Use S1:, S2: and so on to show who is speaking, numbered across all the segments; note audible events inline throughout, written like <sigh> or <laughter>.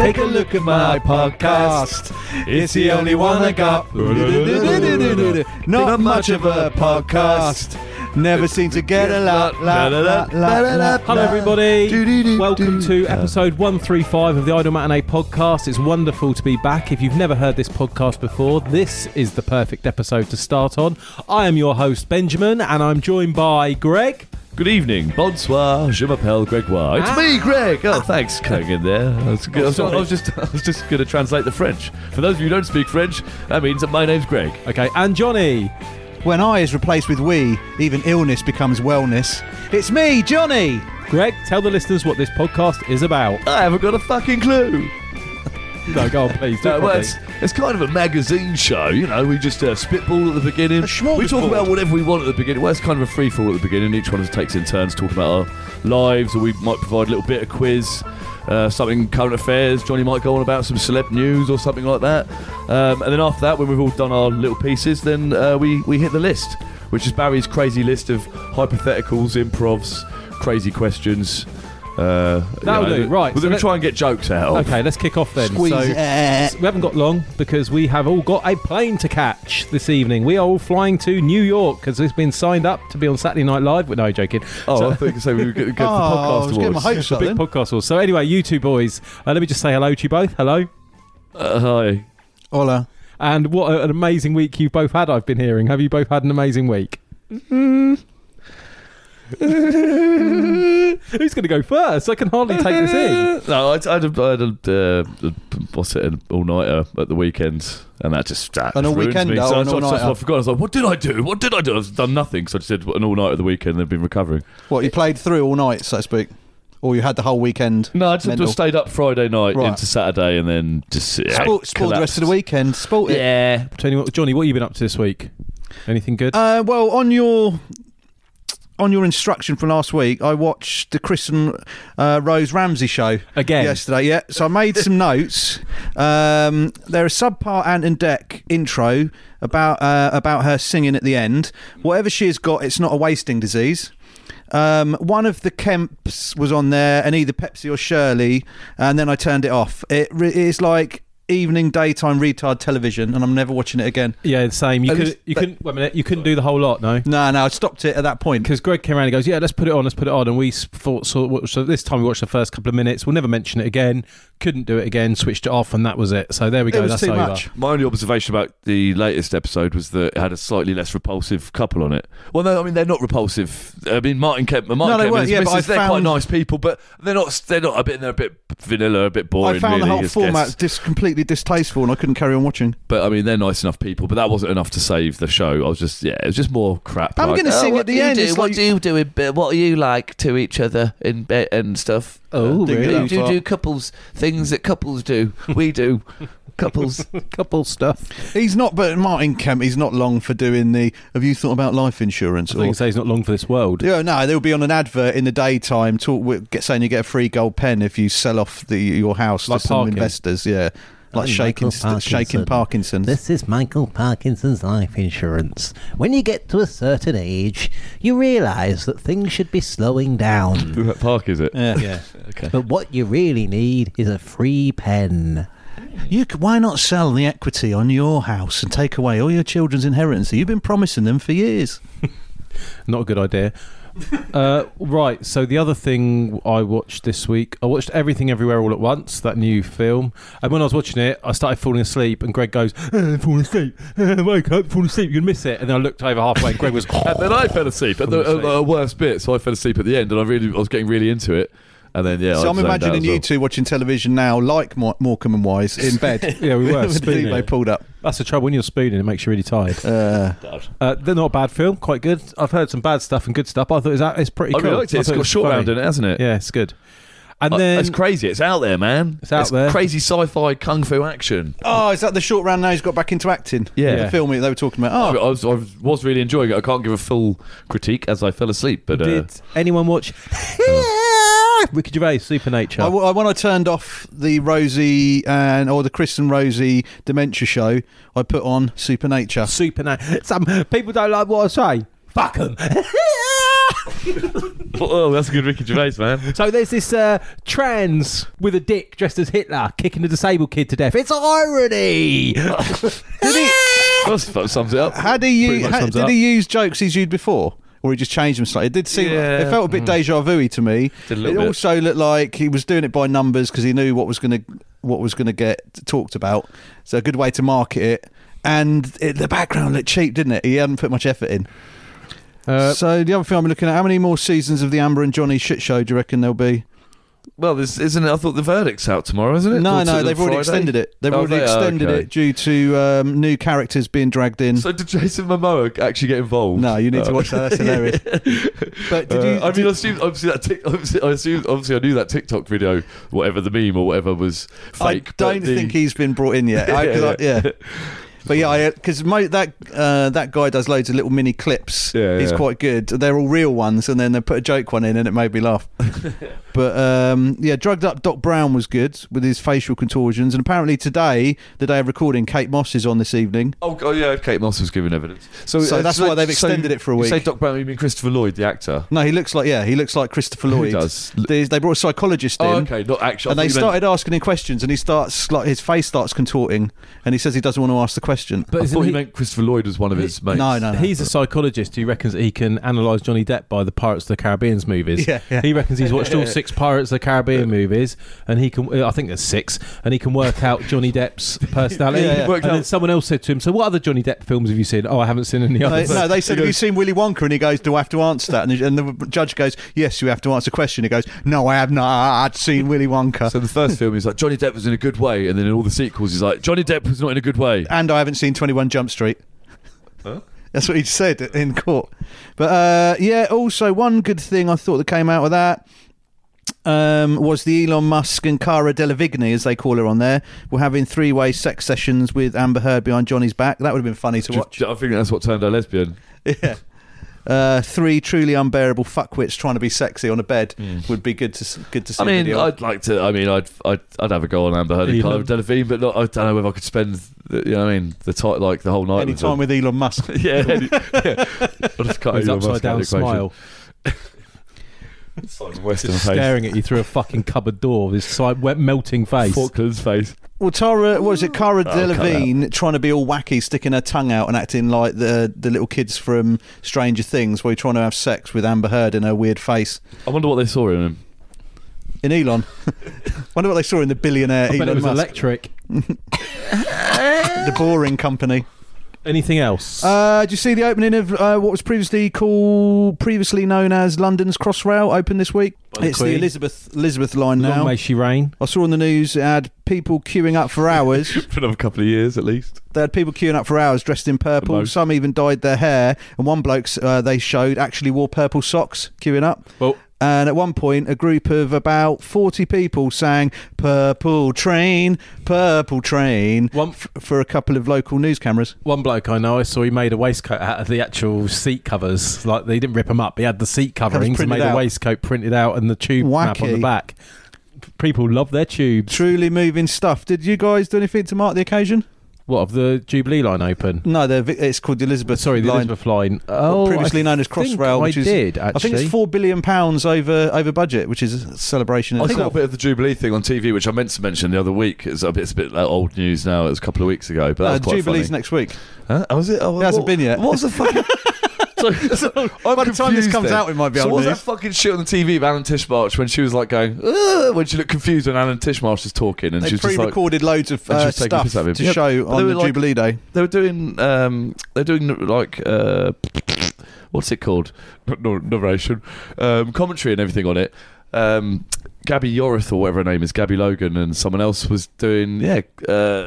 S1: Take a look at my podcast. It's the only one
S2: <laughs>
S1: I got. Not much of a podcast. Never seem to get a lot. La, la, la, la, la,
S3: Hello, everybody. Welcome to episode 135 of the Idle Matinee podcast. It's wonderful to be back. If you've never heard this podcast before, this is the perfect episode to start on. I am your host, Benjamin, and I'm joined by Greg.
S1: Good evening. Bonsoir. Je m'appelle Gregoire. It's
S2: Ah.
S1: me, Greg. Oh, <laughs> thanks, Kang in there. I was, I was- I was just, I was just going to translate the French. For those of you who don't speak French, that means that my name's Greg.
S3: Okay, and Johnny.
S2: When I is replaced with we, even illness becomes wellness. It's me, Johnny!
S3: Greg, tell the listeners what this podcast is about.
S1: I haven't got a fucking clue.
S3: No, go on, please. Do
S1: No,
S3: it properly.
S1: well, it's, it's kind of a magazine show, you know. We just uh, spitball at the beginning. We talk about whatever we want at the beginning. Well, it's kind of a free fall at the beginning. Each one of us takes in turns talking about our lives, or we might provide a little bit of quiz, uh, something current affairs. Johnny might go on about some celeb news or something like that. Um, and then after that, when we've all done our little pieces, then uh, we we hit the list, which is Barry's crazy list of hypotheticals, improvs, crazy questions. Uh, you
S3: That'll do, right,
S1: We're
S3: so
S1: going to
S3: let-
S1: try and get jokes out.
S3: Okay, let's kick off then.
S2: Squeeze
S3: so,
S2: it. Eh.
S3: we haven't got long because we have all got a plane to catch this evening. We are all flying to New York because it's been signed up to be on Saturday Night Live. Well, no, joking.
S1: Oh,
S3: So-
S1: I thought you could say we were going to go for
S2: Oh, I
S1: podcast
S2: was getting my
S1: awards.
S2: hopes up
S3: big
S2: then.
S3: podcast was. So anyway, you two boys, uh, let me just say hello to you both. Hello.
S1: Uh, hi.
S2: Hola.
S3: And what a- an amazing week you've both had, I've been hearing. Have you both had an amazing week?
S2: Mm-hmm.
S3: <laughs> Who's going to go first? I can hardly take this in.
S2: <laughs>
S1: No, I, I had a, I had a, uh, a what's it, an all-nighter at the weekend, and that just that
S2: An
S1: just ruined
S2: all-weekender
S1: me.
S2: or
S1: So, I-
S2: an
S1: so, I- so I
S2: all-nighter?
S1: forgot. I was like, what did I do? What did I do? I've done nothing. So I just did an all-nighter at the weekend. and I've been recovering.
S2: What, you played through all night, so to speak? Or you had the whole weekend?
S1: No, I just,
S2: mental?
S1: just stayed up Friday night
S2: Right.
S1: into Saturday, and then just yeah,
S2: Sport, sport the rest of the weekend. Sport it.
S1: Yeah,
S3: Tony, what- Johnny, what have you been up to this week? Anything good?
S2: Uh, well, on your on your instruction from last week, I watched the Chris and uh, Rose Ramsey show
S3: Again.
S2: yesterday. Yeah, so I made some <laughs> notes. Um, there are subpart Ant and Deck intro about uh, about her singing at the end. Whatever she has got, it's not a wasting disease. Um, one of the Kemps was on there, and either Pepsi or Shirley, and then I turned it off. It re- it's like evening, daytime retard television, and I'm never watching it again.
S3: yeah, the same. You
S2: at
S3: could
S2: least-
S3: you couldn't wait a minute. You couldn't do the whole lot, no.
S2: No, no, I stopped it at that point.
S3: Because Greg came around and goes, yeah, let's put it on, let's put it on, and we s- thought so. what- So this time we watched the first couple of minutes. We'll never mention it again. Couldn't do it again. Switched it off, and that was it. So there we go.
S2: It was
S3: that's
S2: too
S3: over.
S2: much.
S1: My only observation about the latest episode was that it had a slightly less repulsive couple on it. Well, no, I mean they're not repulsive. I mean Martin Kemp, Martin
S2: No, they
S1: Kemp and
S2: weren't,
S1: his
S2: yeah, but
S1: missus,
S2: I
S1: they're quite
S2: found-
S1: nice people, but they're not. They're not a bit. They're a bit vanilla, a bit boring.
S2: I found
S1: really,
S2: the whole
S1: as
S2: format
S1: guests.
S2: just completely distasteful, and I couldn't carry on watching.
S1: but I mean they're nice enough people. But that wasn't enough to save the show. I was just yeah, it was just more crap.
S2: I'm
S1: Like,
S2: gonna
S1: uh,
S2: sing
S1: what
S2: at the
S1: do you
S2: end,
S1: do?
S2: it's
S1: what
S2: like-
S1: do you do in bed? What are you like to each other in bed and stuff?
S3: Oh,
S2: Dig it
S3: really?
S2: out.
S4: You do, do couples things that couples do.
S3: <laughs>
S4: We do couples.
S2: <laughs>
S3: Couple stuff.
S2: He's not, but Martin Kemp, he's not long for doing the. Have you thought about life insurance?
S3: I think
S2: Or,
S3: you say he's not long for this world.
S2: yeah, no, they'll be on an advert in the daytime, talk with, get, saying you get a free gold pen if you sell off the your house
S3: Like
S2: to some
S3: Parkin.
S2: investors. Yeah, like
S5: Oh,
S2: shaking,
S5: Michael
S2: st- shaking Parkinson's.
S5: This is Michael Parkinson's life insurance. When you get to a certain age, you realise that things should be slowing down.
S1: That park is it?
S2: yeah.
S5: yeah. But what you really need is a free pen.
S2: You c- why not sell the equity on your house and take away all your children's inheritance that you've been promising them for years?
S3: Not a good idea. uh, right. So the other thing I watched this week, I watched Everything Everywhere All at Once, that new film. And when I was watching it, I started falling asleep, and Greg goes, "Eh, "Falling asleep, <laughs> Eh, wake up, falling asleep, you're gonna miss it." And then I looked over halfway, and Greg was. <laughs> "Oh,
S1: And then I fell asleep at the
S3: Falling asleep.
S1: uh, uh, worst bit, so I fell asleep at the end, and I really I was getting really into it. And then yeah,
S2: So
S1: I
S2: I'm
S1: zoned out
S2: imagining
S1: as
S2: you
S1: well.
S2: two watching television now, like Mor- Morecambe and Wise, in bed.
S3: <laughs> Yeah, we
S2: <laughs>
S3: were
S2: With the
S3: spooning.
S2: demo pulled up.
S3: That's the trouble when you're spooning; it makes you really tired.
S2: Uh,
S3: Uh, they're not a bad film, quite good. I've heard some bad stuff and good stuff. but I thought it's, it's pretty
S1: I
S3: cool.
S1: really liked it. It's
S3: thought
S1: got
S3: was
S1: short
S3: funny.
S1: round in it, hasn't it?
S3: Yeah, it's good. And
S1: Uh,
S3: then
S1: it's crazy. It's out there, man.
S3: It's out there.
S1: Crazy sci-fi kung fu action.
S2: Oh, is that the short round now he's got back into acting?
S1: Yeah.
S2: The film they were talking
S1: I
S2: about. Oh,
S1: was, I was- was really enjoying it. I can't give a full critique as I fell asleep, but uh, Oh.
S3: did anyone watch <laughs> Ricky Gervais Supernature?
S2: Oh, I, w- I- when I turned off the Rosie and or the Chris and Rosie dementia show, I put on Supernature.
S3: Supernature. Some people don't like what I say. Fuck them.
S1: <laughs> oh, that's a good Ricky Gervais, man.
S3: So there's this uh, trans with a dick dressed as Hitler kicking a disabled kid to death. It's
S1: <laughs>
S3: irony.
S1: That's- that sums it up.
S2: Had he
S1: Pretty
S2: u-
S1: much
S2: ha-
S1: sums it
S2: did
S1: up.
S2: he use jokes he's used before, or he just changed them slightly? It did seem
S1: Yeah. hmm.
S2: it felt a bit deja vu to me.
S1: Did a
S2: it
S1: little bit.
S2: also looked like he was doing it by numbers because he knew what was going to what was going to get talked about. So a good way to market it. And it, the background looked cheap, didn't it? He hadn't put much effort in.
S3: Uh,
S2: so the other thing I'm looking at: how many more seasons of the Amber and Johnny shit show do you reckon there'll be?
S1: Well, this isn't. it? I thought the verdict's out tomorrow, isn't it?
S2: No,
S1: Or
S2: no,
S1: to-
S2: they've already
S1: Friday?
S2: extended it. They've
S1: Oh,
S2: already
S1: they- oh,
S2: extended
S1: okay.
S2: it due to um, new characters being dragged in.
S1: So did Jason Momoa actually get involved?
S2: no, you need to watch that.
S1: <laughs>
S2: That's hilarious. But did you?
S1: Uh, I
S2: did-
S1: mean, I assumed obviously that tic, <laughs> obviously, I assumed obviously I knew that TikTok video, whatever the meme or whatever was fake.
S2: I don't
S1: but the-
S2: think he's been brought in yet.
S1: <laughs>
S2: I, 'cause I- yeah. But yeah, because that uh, that guy does loads of little mini clips.
S1: Yeah,
S2: he's
S1: yeah.
S2: quite good. They're all real ones, and then they put a joke one in, and it made me
S1: <laughs>
S2: laugh. but um, yeah, drugged up Doc Brown was good with his facial contortions, and apparently today, the day of recording, Kate Moss is on this evening.
S1: Oh, oh yeah, Kate Moss was giving evidence.
S2: So uh, that's why they've extended it for a
S1: You say
S2: week.
S1: Doc Brown, you mean Christopher Lloyd, the actor?
S2: No, he looks like yeah, he looks like Christopher
S1: Who
S2: Lloyd.
S1: does?
S2: They, they brought a psychologist in.
S1: Oh, okay, not actually. I
S2: And they
S1: thought you meant-
S2: started asking him questions, and he starts like his face starts contorting, and he says he doesn't want to ask the question.
S1: I
S3: but
S1: thought
S3: isn't
S1: you
S3: he,
S1: meant Christopher Lloyd was one of his mates.
S2: no, no, no.
S3: <laughs> he's a psychologist who reckons that he can analyse Johnny Depp by the Pirates of the Caribbean's movies.
S2: Yeah, yeah.
S3: He reckons he's <laughs> watched all six Pirates of the Caribbean movies, and he can. uh, I think there's six, and he can work out Johnny <laughs> Depp's personality.
S2: Yeah, yeah.
S3: And then someone else said to him, "So what other Johnny Depp films have you seen?" Oh, I haven't seen any
S2: No,
S3: others.
S2: no,
S3: <laughs>
S2: they said,
S1: He
S2: "Have you
S1: goes-
S2: seen Willy Wonka?" And he goes, "Do I have to answer that?" And the, and the judge goes, "Yes, you have to answer the question." He goes, "No, I have not seen Willy Wonka,
S1: So the first film he's like Johnny Depp was in a good way, and then in all the sequels he's like Johnny Depp was not in a good way.
S2: and I haven't seen Twenty One Jump Street." That's what he said in court. But uh, yeah, also one good thing I thought that came out of that um, was the Elon Musk and Cara Delevingne, as they call her on there, were having three-way sex sessions with Amber Heard behind Johnny's back. That would have been funny to watch.
S1: I think that's what turned her lesbian.
S2: yeah. Uh, three truly unbearable fuckwits trying to be sexy on a bed
S3: Mm.
S2: would be good to s- good to see.
S1: I mean,
S2: video.
S1: I'd like to. I mean, I'd I'd, I'd have a go on Amber Heard and Cara
S3: Elon.
S1: Delevingne, but not, I don't know whether I could spend. The, you know, what I mean, the tight like the whole night.
S2: any
S1: with
S2: time
S1: them.
S2: with Elon Musk.
S1: <laughs> yeah,
S2: <laughs>
S1: any- yeah. I just cut
S3: His
S1: Elon Musk
S3: upside
S1: out of the
S3: down
S1: equation.
S3: smile,
S1: It's like a Western
S3: just
S1: face.
S3: staring at you through a fucking cupboard door with his side wet melting face.
S1: Falklands face.
S2: Well, Tara, what is
S3: Mm.
S2: it? Cara
S1: cut that
S2: Delevingne trying to be all wacky, sticking her tongue out and acting like the the little kids from Stranger Things, where you're trying to have sex with Amber Heard in her weird face.
S1: I wonder what they saw in him.
S2: In Elon, <laughs> wonder what they saw in the billionaire
S3: I bet it
S2: Elon
S3: was
S2: Musk,
S3: electric.
S2: the boring company.
S3: Anything else?
S2: Uh, do you see the opening of uh, what was previously called, previously known as London's Crossrail, open this week?
S3: the
S2: it's the
S3: Queen.
S2: Elizabeth Elizabeth line
S3: Long
S2: now.
S3: may she reign.
S2: I saw on the news it had people queuing up for
S3: <laughs>
S2: hours.
S1: <laughs> For another couple of years at least.
S2: they had people queuing up for hours dressed in purple.
S1: Most.
S2: Some even dyed their hair, and one bloke uh, they showed actually wore purple socks queuing up.
S3: Well,
S2: And at one point, a group of about 40 people sang Purple Train, Purple Train
S3: one
S2: for a couple of local news cameras.
S3: One bloke I know, I saw he made a waistcoat out of the actual seat covers. Like they didn't rip them up. He had the seat coverings and
S2: printed
S3: made
S2: out.
S3: a waistcoat printed out and the tube map on the
S2: Wacky.
S3: back. P- People love their tubes.
S2: Truly moving stuff. Did you guys do anything to mark the occasion?
S3: What of the Jubilee line open?
S2: No, the, it's called the Elizabeth
S3: Sorry, the
S2: line.
S3: Elizabeth line. Oh,
S2: previously
S3: I
S2: known as
S3: think
S2: Crossrail,
S3: I
S2: which is-
S3: did
S2: I
S3: actually.
S2: think it's four billion pounds over over budget, which is a celebration. In
S1: I saw a
S2: itself.
S1: bit of the Jubilee thing on TV, which I meant to mention the other week. It's a bit, it's a bit like old news now. It was a couple of weeks ago, but that
S2: Uh,
S1: was quite
S2: Jubilee's
S1: funny.
S2: next week.
S1: Huh? Oh, was it? Oh,
S2: It hasn't
S1: what-
S2: been yet.
S1: What was
S2: <laughs>
S1: the fucking? so, I'm
S2: By the time this
S1: confused
S2: comes
S1: then.
S2: out, it might be
S1: So
S2: old
S1: what was that
S2: news.
S1: fucking shit on the TV of Alan Tishmarsh when she was like going, "Ugh," when she looked confused when Alan Tishmarsh was talking, and
S2: They
S1: she was just like,
S2: pre-recorded loads of
S1: And she
S2: uh,
S1: was taking a
S2: stuff
S1: piss out of him.
S2: to
S1: Yeah,
S2: show
S1: but they
S2: on
S1: were
S2: the
S1: like-
S2: Jubilee Day.
S1: they were doing, um, they're doing like, uh, what's it called? Not nor- narration, um, commentary and everything on it. Um, Gabby Yorith or whatever her name is, Gabby Logan, and someone else was doing, yeah, uh,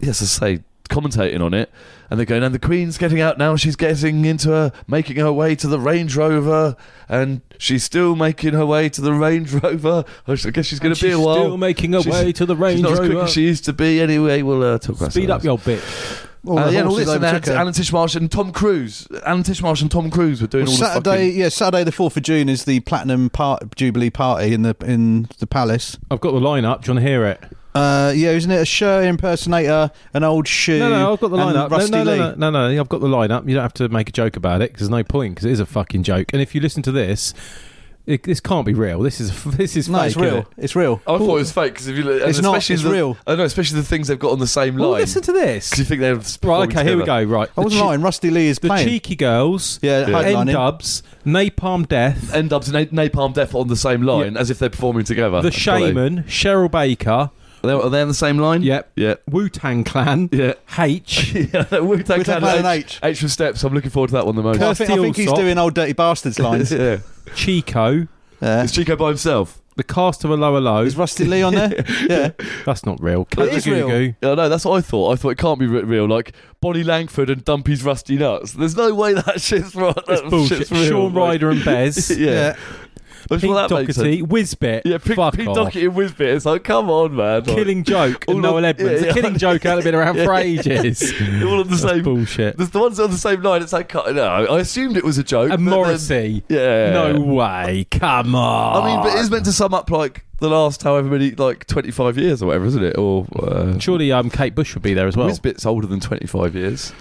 S1: yes, I say commentating on it, and they're going, and the Queen's getting out now. She's getting into her, making her way to the Range Rover, and she's still making her way to the Range Rover. <laughs> I sh- I guess she's going to be a
S3: she's
S1: while.
S3: still making her
S1: She's-
S3: way to the
S1: She's
S3: Range
S1: not as quick
S3: Rover.
S1: as she used to be. Anyway, we'll uh, talk about
S3: Speed
S1: something
S3: up,
S1: else.
S3: your bitch.
S2: All
S1: Uh,
S2: the
S1: yeah, and all
S2: horses
S1: this, and they
S2: overtook
S1: had
S2: her.
S1: Alan Tishmarsh and Tom Cruise. Alan Tishmarsh and Tom Cruise were doing
S2: Well,
S1: all the
S2: Saturday,
S1: fucking...
S2: yeah, Saturday the fourth of June is the Platinum part, Jubilee party in the in the palace.
S3: I've got the line up. Do you want to hear it?
S2: Uh, yeah, isn't it a Sher impersonator, an old shoe?
S3: No, no, I've got the
S2: and
S3: line up. No,
S2: Rusty
S3: no, no,
S2: Lee.
S3: no, no, no, I've got the line up. You don't have to make a joke about it because there's no point because it is a fucking joke. And if you listen to this, it, this can't be real. This is <laughs> this is
S2: No,
S3: fake.
S2: it's
S3: isn't
S2: real.
S3: it?
S2: It's real.
S1: I thought it was fake because if you look, and
S2: It's not,
S1: especially
S2: it's
S1: the,
S2: real.
S1: I know, especially the things they've got on the same line.
S3: Well, Oh, listen to this.
S1: 'Cause you think they're
S3: Right. Okay. Here we go. Right.
S2: I
S3: The
S2: wasn't
S3: che-
S2: lying. Rusty Lee is
S3: The
S2: playing.
S3: cheeky girls.
S2: Yeah,
S1: Yeah.
S3: N
S2: headlining.
S3: Dubs. Napalm Death.
S1: End up to na- Napalm Death on the same line as if they're performing together.
S3: The
S1: That's what they-
S3: Shaman. Cheryl Baker.
S1: Are they, are they on the same line?
S3: Yep.
S2: <laughs>
S1: Yeah.
S3: Wu Tang Clan.
S1: Yeah.
S3: H.
S1: yeah. Wu Tang
S2: Wu-Tang
S1: Clan.
S2: Clan and
S1: H. H for steps. I'm looking forward to that one the most.
S2: Well, I, think, I think he's
S3: Kirsti Allsop.
S2: doing old dirty
S3: <laughs>
S2: bastards lines.
S1: yeah.
S3: Chico.
S2: Yeah.
S1: Is Chico by himself?
S3: The cast of a lower low.
S2: Is Rusty Lee on there? yeah.
S3: That's not real.
S2: It is real.
S3: Goo.
S1: Yeah, no, that's what I thought. I thought it can't be re- real. Like Bonnie Langford and Dumpy's Rusty Nuts. There's no way that <laughs> shit's right.
S3: That's
S1: That
S3: bullshit.
S1: shit's real.
S3: Sean
S1: like-
S3: Ryder and Bez.
S1: <laughs> yeah.
S2: <laughs> Yeah.
S1: But
S3: Pete
S1: well, that makes sense.
S3: Doherty, Whizbit,
S1: Yeah, Pete,
S3: fuck
S1: Pete
S3: off.
S1: Doherty and Whizbit. It's like, come on, man. Like,
S3: Killing Joke
S1: All
S3: and Noel
S1: of-
S3: Edmonds.
S1: yeah,
S3: The
S1: <laughs> yeah.
S3: Killing Joke hasn't been around for ages.
S1: they're all on the
S3: That's
S1: same.
S3: bullshit.
S1: There's the ones that are on the same line. It's like, no, I assumed it was a joke.
S3: And
S1: but
S3: Morrissey.
S1: Then, yeah.
S3: No way. Come on.
S1: I mean, but it is meant to sum up like the last however many, like 25 years or whatever, isn't it? Or. Uh,
S3: surely um, Kate Bush would be there as well.
S1: Whizbit's older than 25 years.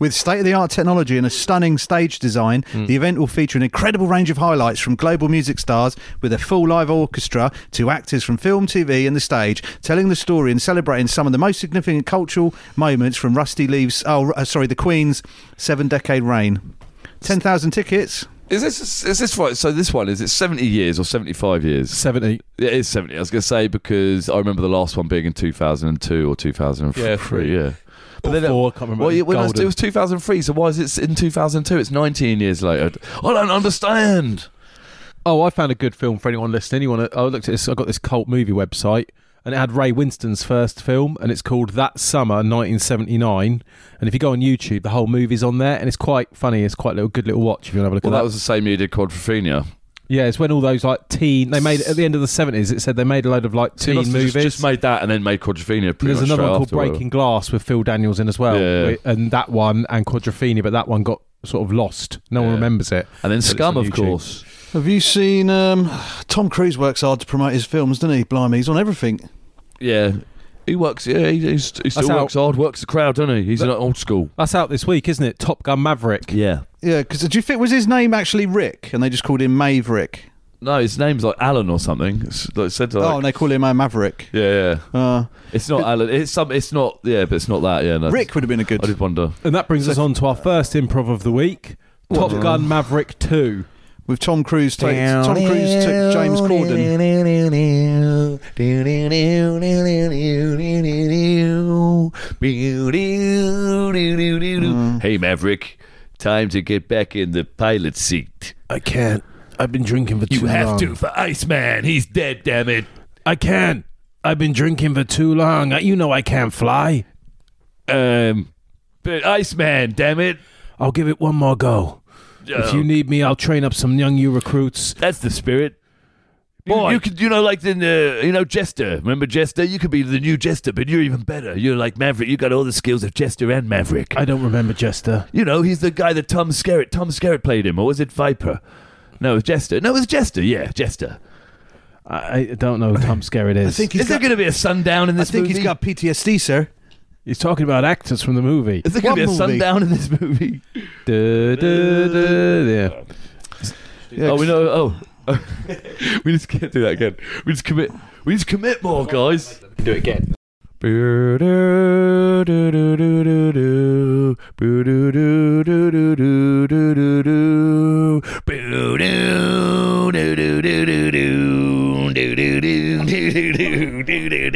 S2: With state of the art technology and a stunning stage design, the event will feature an incredible range of highlights from global music stars with a full live orchestra to actors from film, TV, and the stage, telling the story and celebrating some of the most significant cultural moments from Rusty Leaves, oh, uh, sorry, the Queen's seven decade reign. 10,000 tickets.
S1: Is this is this right? So this one is it seventy years or seventy five years?
S3: 70.
S1: It is seventy. I was going to say because I remember the last one being in two thousand and two or two thousand and
S3: Yeah,
S1: three.
S3: three.
S1: Yeah,
S3: But
S1: then it-
S3: four, I can't remember.
S1: Well, yeah, when I was,
S3: Golden.
S1: it was 2003, so why is it in 2002? It's 19 years later. I don't understand.
S3: Oh, I found a good film for anyone listening. You want to? I looked at this. I got this cult movie website, and it had Ray Winston's first film, and it's called That Summer 1979. And if you go on YouTube, the whole movie's on there, and it's quite funny. It's quite a little good little watch if you want to have a look
S1: Well,
S3: at
S1: that was the same year you did Quadrophenia.
S3: Yeah, it's when all those like teen they made at the end of the 70s. It said they made a load of like
S1: So
S3: teen
S1: you must have
S3: movies.
S1: just, just made that and then made Quadrophenia. Pretty
S3: there's
S1: much
S3: another one
S1: straight
S3: called
S1: after, whatever.
S3: Breaking Glass with Phil Daniels in as well,
S1: Yeah.
S3: and that one and Quadrophenia, but that one got sort of lost. No
S1: Yeah.
S3: one remembers it.
S1: and then
S3: it's
S1: Scum,
S3: on
S1: of
S3: YouTube.
S1: course.
S2: Have you seen um, Tom Cruise works hard to promote his films, doesn't he? Blimey, he's on everything.
S1: Yeah, he works. Yeah, he, he's, he still
S3: That's how-
S1: works hard, works the crowd, doesn't he? He's an old school.
S3: That's out this week, isn't it? Top Gun Maverick.
S1: Yeah.
S2: Yeah, because do you think was his name actually Rick, and they just called him Maverick?
S1: No, his name's like Alan or something. It's like said like,
S2: oh, and they call him uh, Maverick.
S3: Oh,
S1: Yeah, yeah.
S2: Uh,
S1: It's not Alan. It's some. It's not. Yeah, but it's not that. Yeah, no.
S2: Rick would have been a
S1: I
S2: good.
S1: did wonder.
S3: And that brings us on to our first improv of the week Top Gun Maverick 2.
S2: With Tom Cruise, take, Tom Cruise took James Corden.
S5: <laughs>
S1: Hey, Maverick. Time to get back in the pilot seat.
S3: I can't. I've been drinking for
S1: You have to for Iceman. He's dead, damn it.
S3: I can't. I've been drinking for too long. You know I can't fly.
S1: Um, but Iceman, damn it.
S3: I'll give it one more go. If you need me, I'll train up some young you recruits.
S1: That's the spirit. You,
S3: Boy.
S1: you could, you know, like the, uh, you know, Jester. Remember Jester? You could be the new Jester, but you're even better. You're like Maverick. You got all the skills of Jester and Maverick.
S3: I don't remember Jester.
S1: you know, he's the guy that Tom Skerritt. Tom Skerritt played him, or was it Viper? No, it was Jester. No, it was Jester. Yeah, Jester.
S3: <laughs> I, I don't know who Tom Skerritt is.
S1: is there going to be a sundown in
S2: I
S1: this
S2: think
S1: movie?
S2: he's got PTSD, sir.
S3: he's talking about actors from the <laughs> movie.
S1: Is there going to be a
S2: one movie.
S1: sundown in this movie?
S3: Duh, duh, duh, yeah.
S2: Yeah,
S1: Oh, we know. Oh, <laughs> we just can't do that again. We just commit. We just commit more, guys.
S3: Do it
S1: <laughs>
S3: again.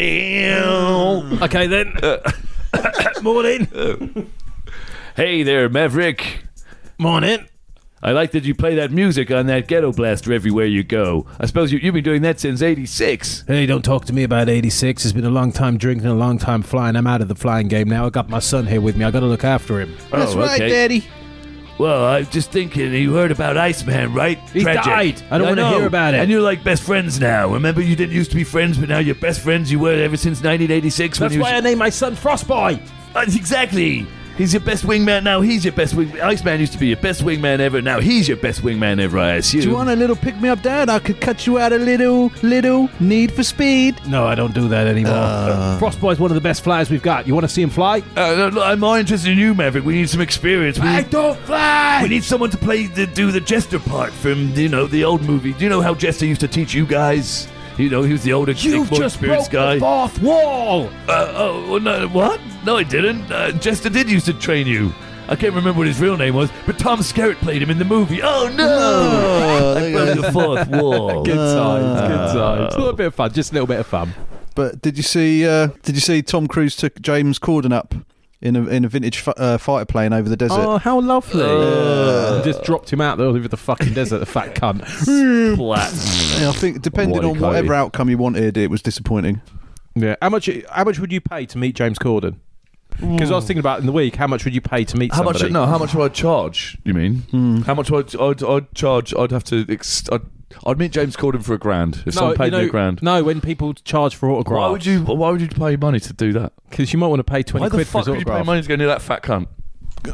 S3: Okay then. Morning.
S1: Hey there, Maverick.
S3: Morning.
S4: I like that you play that music on that ghetto blaster everywhere you go. I suppose you, you've been doing that since 86.
S3: Hey, don't talk to me about 86. It's been a long time drinking, a long time flying. I'm out of the flying game now. I got my son here with me. I got to look after him.
S2: That's
S4: Oh,
S2: right,
S4: okay.
S2: Daddy.
S4: Well, I was just thinking, you heard about Iceman, right?
S3: He died. I don't wanna
S4: know.
S3: hear about it.
S4: And you're like best friends now. Remember, you didn't used to be friends, but now you're best friends. You were ever since 1986 when
S3: That's
S4: you
S3: why I
S4: was.
S3: named my son Frostboy.
S4: Uh, exactly. He's your best wingman now. He's your best wing. Iceman used to be your best wingman ever. Now he's your best wingman ever. I assume.
S2: Do you want a little pick me up, Dad? I could cut you out a little, little need for speed.
S3: No, I don't do that anymore. Frostboy's one of the best flyers we've got. You want to see him fly?
S4: Uh, no, look, I'm more interested in you, Maverick. We need some experience. We need,
S3: don't fly.
S4: we need someone to play the do the jester part from you know the old movie. Do you know how Jester used to teach you guys? You know he was the older,
S3: You've
S4: more
S3: just broke
S4: experienced guy.
S3: the fourth wall.
S4: Uh, oh, well, no, what? No, I didn't. Uh, Jester did used to train you. I can't remember what his real name was, but Tom Skerritt played him in the movie. Oh,
S2: Oh,
S4: no! I broke the fourth
S3: <laughs>
S4: wall.
S3: Good times, Oh, good times. A little bit of fun, just a little bit of fun.
S2: But did you see? Uh, did you see Tom Cruise took James Corden up in a in a vintage fi- uh, fighter plane over the desert?
S3: Oh, how lovely. just dropped him out there over the fucking desert, the fat <laughs> cunt.
S4: Splat.
S2: Yeah, I think depending
S4: Wally
S2: on whatever
S4: Coyote.
S2: outcome you wanted, it was disappointing.
S3: Yeah. How much how much would you pay to meet James Corden? Because I was thinking about in the week, how much would you pay to meet
S1: How
S3: somebody?
S1: much? No, how much would I charge? You mean? How much would I, I'd, I'd charge? I'd have to. Ex- I'd, I'd meet James Corden for a grand. If someone
S3: you
S1: paid me
S3: know-
S1: a grand,
S3: No, when people charge for autographs.
S1: why would you? Why would you pay money to do that?
S3: Because you might want to pay 20
S1: Why the
S3: quid for
S1: fuck
S3: his
S1: would you pay
S3: autograph.
S1: money to go near that fat cunt?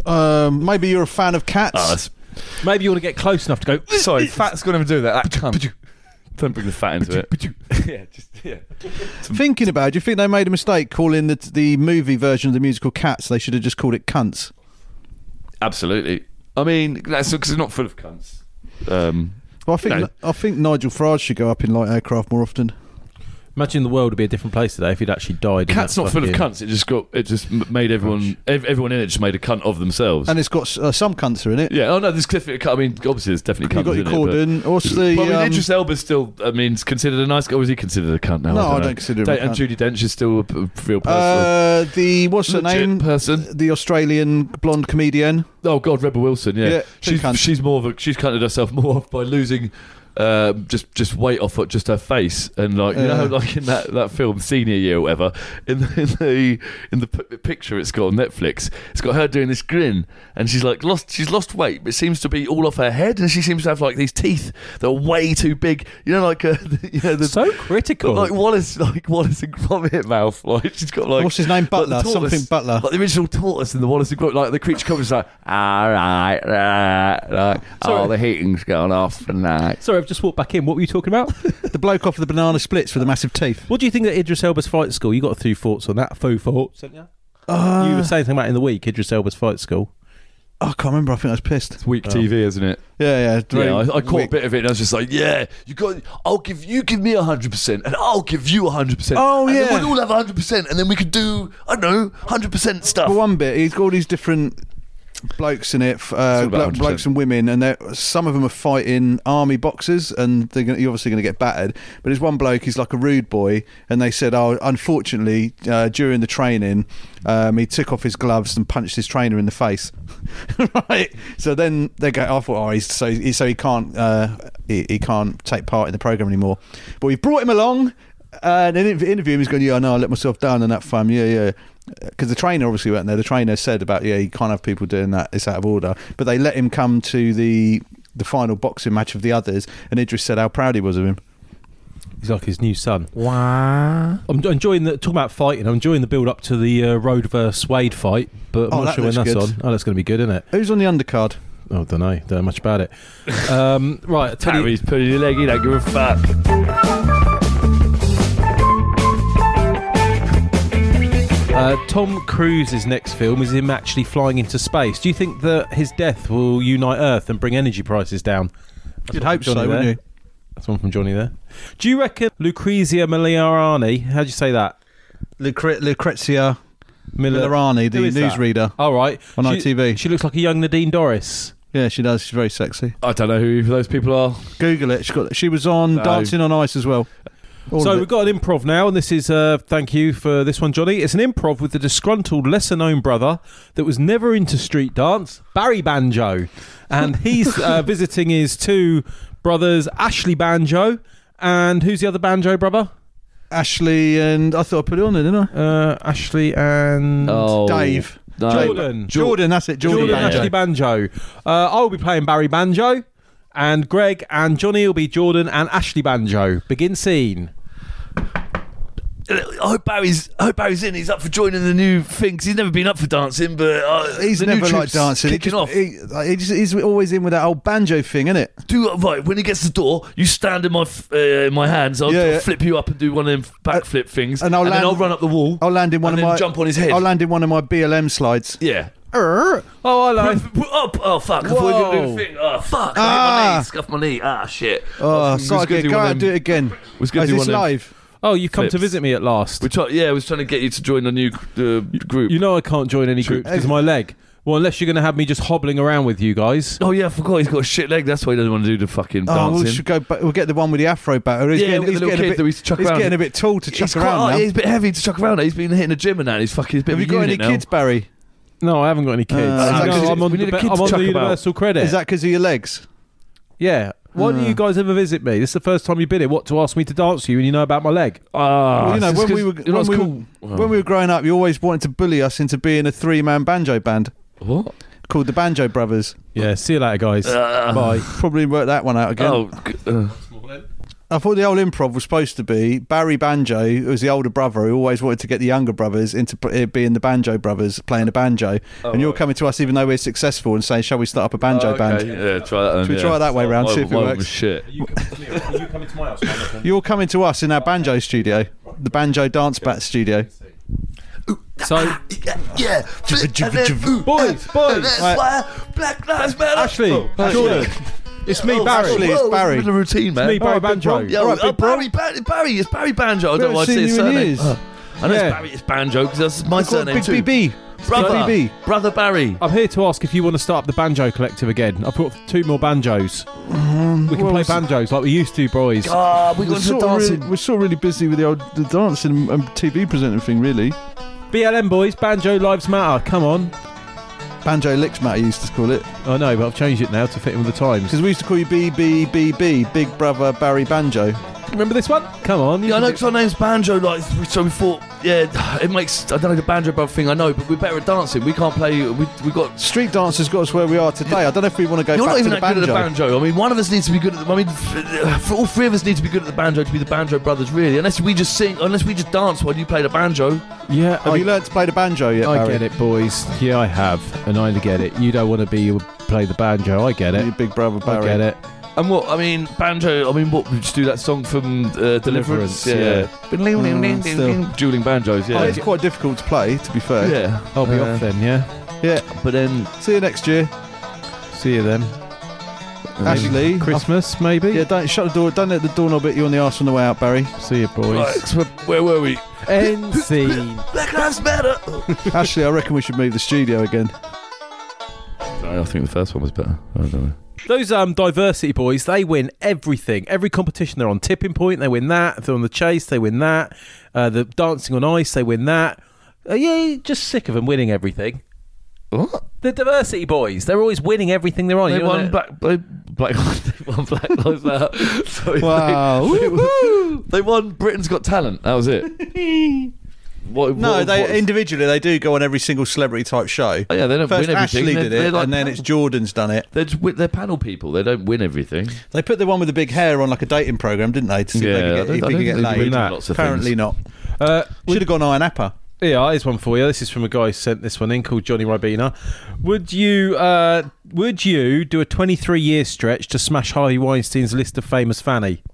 S2: Um, maybe you're a fan of cats.
S1: Oh, that's,
S3: Maybe you want to get close enough to go,
S1: <laughs> sorry, fat's gonna do that. That cunt. Don't bring the fat into it. yeah, just yeah.
S2: Thinking about, it, do you think they made a mistake calling the the movie version of the musical Cats? They should have just called it Cunts.
S1: Absolutely. I mean, that's because it's not full of cunts. Um,
S2: Well, I think
S1: No.
S2: I think Nigel Farage should go up in light aircraft more often.
S3: Imagine the world would be a different place today if he'd actually died. in
S1: Cat's
S3: that
S1: not full of
S3: fucking-
S1: cunts. It just got. It just m- made everyone. Ev- everyone in it just made a cunt of themselves.
S2: And it's got uh, some cunts are in it.
S1: yeah. Oh no, there's definitely. a cunt. I mean, obviously, there's definitely
S2: You've
S1: cunts
S2: got
S1: in
S2: your
S1: it.
S2: Corden.
S1: but-
S2: What's the?
S1: But I mean,
S2: um,
S1: Idris Elba's still, I mean, is considered a nice guy. Or is he considered a cunt now?
S2: No,
S1: I don't,
S2: I
S1: know.
S2: don't consider him
S1: Da-
S2: a
S1: And
S2: cunt.
S1: Judy Dench is still a p- real person.
S2: uh, the what's her
S1: Legit
S2: name?
S1: person.
S2: The Australian blonde comedian.
S1: Oh God, Rebel Wilson. Yeah,
S2: Yeah, big cunt.
S1: she's she's more of a, she's cunted herself more off by losing. Uh, just just weight off her, just her face and like you
S2: Yeah.
S1: know like in that, that film senior year or whatever in the, in the in the p- picture it's got on Netflix it's got her doing this grin and she's like lost she's lost weight but it seems to be all off her head and she seems to have like these teeth that are way too big you know like uh, <laughs> you know the,
S3: So critical.
S1: Like Wallace, like Wallace and Gromit mouth. Like she's got like
S2: What's his name?
S1: like the
S2: Butler.
S1: tortoise.
S2: Something Butler.
S1: Like the original tortoise in the Wallace and Gromit. Like the creature comes like, all right, right, right. Oh, the heating's going off tonight.
S3: Sorry, I've just walked back in. What were you talking about?
S2: The bloke off of the banana splits with the massive teeth.
S3: what do you think of Idris Elba's flight school? You got a few thoughts on that. Faux thoughts, didn't you?
S2: Uh,
S3: you were saying something about in the week, Idris Elba's flight school.
S2: Oh, I can't remember. I think I was pissed.
S1: It's weak TV, isn't it?
S2: Yeah, yeah. very
S1: Oh. Yeah, I, I caught
S2: weak.
S1: a bit of it, and I was just like, "Yeah, you got. I'll give you give me hundred percent, and I'll give you hundred percent.
S2: Oh,
S1: and
S2: yeah.
S1: then we'll all have hundred percent, and then we could do I don't know hundred percent stuff.
S2: But one bit, he's got all these different blokes in it, f- uh,
S1: about
S2: blo-
S1: 100%.
S2: blokes and women, and they're, some of them are fighting army boxers, and they're gonna, you're obviously going to get battered. But there's one bloke, he's like a rude boy, and they said, oh, unfortunately, uh, during the training, um, he took off his gloves and punched his trainer in the face. <laughs> right. So then they go, I thought, oh, he's, so he, so he can't uh, he, he can't take part in the program anymore. But we brought him along. Uh, and in the interview, he's going, yeah, I know, I let myself down in that fam, yeah, yeah. Because the trainer obviously went there. The trainer said about, yeah, you can't have people doing that. It's out of order. But they let him come to the the final boxing match of the others, and Idris said how proud he was of him.
S3: He's like his new son. Wow. I'm enjoying the talking about fighting. I'm enjoying the build up to the uh, Road versus Wade fight, but I'm
S2: Oh,
S3: not
S2: that
S3: sure when
S2: looks
S3: that's
S2: good.
S3: on. Oh, that's going to be good, isn't it?
S2: Who's on the undercard?
S3: Oh, don't know. Don't know much about it. Um, <laughs> right, I tell you-
S4: Harry's putting your leg. He don't give a fuck.
S3: Uh, Tom Cruise's next film is him actually flying into space. Do you think that his death will unite Earth and bring energy prices down? That's
S2: You'd
S3: one
S2: hope
S3: from Johnny
S2: so, wouldn't
S3: there.
S2: you?
S3: That's one from Johnny there. Do you reckon Lucrezia Miliarani? How do you say that?
S2: Lucre- Lucrezia
S3: Miller-
S2: Millerani, the
S3: Who is that?
S2: newsreader.
S3: All right,
S2: On
S3: she,
S2: ITV.
S3: She looks like a young Nadine Dorris.
S2: Yeah, she does. She's very sexy.
S1: I don't know who either of those people are.
S2: Google it. She got. She was on Dancing on Ice as well. All
S3: so
S2: of it.
S3: we've got an improv now, and this is uh, thank you for this one, Johnny. It's an improv with the disgruntled, lesser-known brother that was never into street dance, Barry Banjo, and he's uh, visiting his two brothers, Ashley Banjo, and who's the other Banjo brother?
S2: Ashley and I thought I put it on there, didn't I?
S3: Uh, Ashley and
S1: Oh,
S2: Dave.
S1: no.
S3: Jordan.
S2: Jordan, that's it. Jordan.
S3: Jordan
S1: Banjo.
S3: Ashley Banjo. Uh, I'll be playing Barry Banjo, and Greg and Johnny will be Jordan and Ashley Banjo. Begin scene.
S1: I hope Barry's. I hope Barry's in. He's up for joining the new thing 'cause he's never been up for dancing, but uh,
S2: He's
S1: the new
S2: never liked
S1: troup's
S2: dancing. It
S1: Kicking
S2: just-
S1: off.
S2: He, like, he just, he's always in with that old banjo thing, isn't it?
S1: do right when he gets the door. You stand in my f- uh, in my hands. I'll
S2: Yeah,
S1: I'll
S2: yeah. Uh,
S1: flip you up and do one of them backflip things,
S2: and
S1: and,
S2: I'll land-
S1: then I'll run up the wall.
S2: I'll land in one
S1: and
S2: of
S1: then
S2: my
S1: jump on his head.
S2: I'll land in one of my BLM slides.
S1: yeah.
S3: Oh, hello.
S1: Up! Oh fuck! I thought you were
S3: Whoa.
S1: doing the thing. Oh fuck!
S2: Ah.
S1: I hit my knee. Scuff my knee. Ah shit.
S2: Oh,
S1: was gonna
S2: sorry,
S1: do
S2: go
S1: one
S2: out
S1: of
S2: and do
S1: them-
S2: it again.
S1: Was gonna
S2: Is
S1: do
S2: this
S1: one of them-
S2: live?
S3: Oh, you've come to
S1: Flips.
S3: visit me at last.
S1: We try- yeah, I was trying to get you to join a new uh, group.
S3: You know I can't join any groups because my leg. Well, unless you're going to have me just hobbling around with you guys.
S1: oh yeah, I forgot he's got a shit leg. That's why he doesn't want to do the fucking
S2: Oh,
S1: dancing.
S2: we should go. Back. We'll get the one with the afro batter. He's
S1: Yeah,
S2: getting,
S1: with the
S2: he's
S1: little
S2: getting
S1: kid
S2: a bit,
S1: that we used to chuck
S2: he's
S1: around.
S2: getting a bit tall to chuck
S1: He's
S2: around
S1: quite-
S2: now.
S1: He's a bit heavy to chuck around. He's been hitting the gym and that. He's fucking. He's a bit
S2: Have
S1: of
S2: you
S1: a
S2: got any
S1: unit now.
S2: kids, Barry?
S3: No, I haven't got any kids.
S2: Uh,
S3: no,
S2: is that
S3: I'm on
S1: we
S3: the,
S1: need a
S3: be-
S1: kid
S3: I'm
S1: to
S3: on
S1: chuck
S3: the
S1: about.
S3: universal credit.
S2: Is that because of your legs?
S3: yeah. Mm. Why don't you guys ever visit me? This is the first time you've been here. What to ask me to dance you and you know about my leg?
S1: Ah,
S2: Well, you know,
S1: it's
S2: when
S1: 'cause
S2: we were
S1: you're not
S2: when
S1: as
S2: we,
S1: cool.
S2: were, when we were growing up, you always wanted to bully us into being a three-man banjo band
S1: What?
S2: called the Banjo Brothers.
S3: Yeah. See you later, guys. Bye.
S2: Probably work that one out again.
S1: Oh, g- uh,
S2: I thought the old improv was supposed to be Barry Banjo, who was the older brother, who always wanted to get the younger brothers into pr- eh, being the Banjo Brothers, playing the banjo. and you're coming to us, even though we're successful, and saying, "Shall we start up a banjo
S1: Oh, okay.
S2: band?"
S1: Yeah, try that.
S2: Should we
S1: yeah.
S2: try it that way round,
S1: My-
S2: see if it
S1: my
S2: works?
S1: was Shit.
S3: Are you coming to my house?
S2: You're coming to us in our banjo studio, the banjo dance bat studio.
S3: So,
S1: Yeah.
S3: boys, boys.
S2: Right.
S1: Black lives matter.
S3: Ashley,
S1: Oh,
S3: Jordan. It's me, Barry.
S2: Ashley, it's
S1: Whoa,
S2: Barry.
S1: in the routine, man.
S3: me, Barry Banjo.
S1: Yeah,
S2: Alright,
S1: oh,
S2: Big Bro.
S1: Barry, Barry, Barry, it's Barry Banjo. I don't know why I
S2: haven't
S1: say his
S2: seen you in
S1: surname.
S2: years.
S1: Oh, I know
S3: Yeah.
S1: it's Barry, it's Banjo because that's my
S2: Call it
S1: surname too.
S2: Big BB.
S1: brother,
S2: Big BB.
S1: brother Barry.
S3: I'm here to ask if you want to start up the banjo collective again. I've brought two more banjos.
S1: Um,
S3: we can play banjos like we used to, boys.
S1: Ah, we got into dancing.
S2: we're sort of really busy with the old the dancing and TV presenting thing, really.
S3: BLM boys, banjo lives matter. Come on.
S2: Banjo licks, Matt used to call it,
S3: I know, but I've changed it now to fit in with the times.
S2: because we used to call you BBBB, Big Brother Barry Banjo.
S3: Remember this one? Come on. you
S1: Yeah, I
S3: can
S1: know
S3: do-
S1: because our name's Banjo, like, so we thought, yeah, it makes, I don't know the Banjo Brother thing, I know, but we're better at dancing. We can't play, we, we got
S2: Street dance has got us where we are today. I don't know if we want to go
S1: You're
S2: back
S1: not even
S2: to the
S1: that good at the
S2: banjo.
S1: banjo. I mean, one of us needs to be good at. The, I mean, f- for all three of us need to be good at the banjo to be the banjo brothers, really. Unless we just sing, unless we just dance while you play the banjo.
S3: Yeah,
S2: Have
S3: I,
S2: you learnt to play the banjo yet,
S3: I
S2: Barry?
S3: get it, boys. Yeah, I have. And I get it. You don't want to be play the banjo. I get
S2: Your
S3: it.
S2: big brother
S3: I
S2: Barry.
S3: get it.
S1: And what? I mean, banjo. I mean, what? We just do that song from uh, Deliverance.
S3: Deliverance, yeah.
S2: Mm, still.
S1: Dueling banjos.
S2: Oh,
S1: Yeah.
S2: it's quite difficult to play, to be fair.
S1: yeah.
S3: I'll be
S1: Uh,
S3: off then, yeah?
S1: But then
S2: See you next year,
S3: See you then.
S2: Ashley.
S3: Christmas, maybe?
S2: Yeah, don't shut the door. Don't let the doorknob hit you on the arse on the way out, Barry.
S1: <laughs>
S3: See you,
S1: right,
S3: boys.
S1: so where were we?
S3: End scene.
S1: Black Lives Matter.
S2: Ashley, I reckon we should move the studio again.
S1: I think the first one was better. I don't know.
S3: Those um, diversity boys, they win everything. Every competition, they're on tipping point, they win that. They're on the chase, they win that. Uh, the dancing on ice, they win that. Uh, yeah, just sick of them winning everything.
S1: What?
S3: The diversity boys, they're always winning everything they're on.
S1: They
S3: You know
S1: won
S3: that-
S1: black, they, black, <laughs> they won Black Lives Matter. <laughs> Sorry,
S2: Wow.
S1: <laughs> They, they, won, they won Britain's Got Talent. That was <laughs> it. What,
S2: No,
S1: what- what-
S2: they individually they do go on every single celebrity type show.
S1: Oh, yeah, they don't
S2: First
S1: win everything.
S2: Ashley
S1: they're,
S2: did
S1: they're
S2: it,
S1: like-
S2: and then it's Jordan's done it.
S1: they're, just, wi- they're panel people. They don't win everything.
S2: They put the one with the big hair on like a dating program, didn't they? To see
S1: Yeah, I
S2: if
S1: don't-
S2: they could get, if he
S1: I don't
S2: could get
S1: think they
S2: laid.
S1: win lots of
S2: Apparently
S1: things.
S2: not.
S3: Uh,
S2: Should have gone Iron Apper.
S3: Yeah, here's one for you. This is from a guy who sent this one in called Johnny Ribena. Would you uh, would you do a 23 year stretch to smash Harvey Weinstein's list of famous fanny?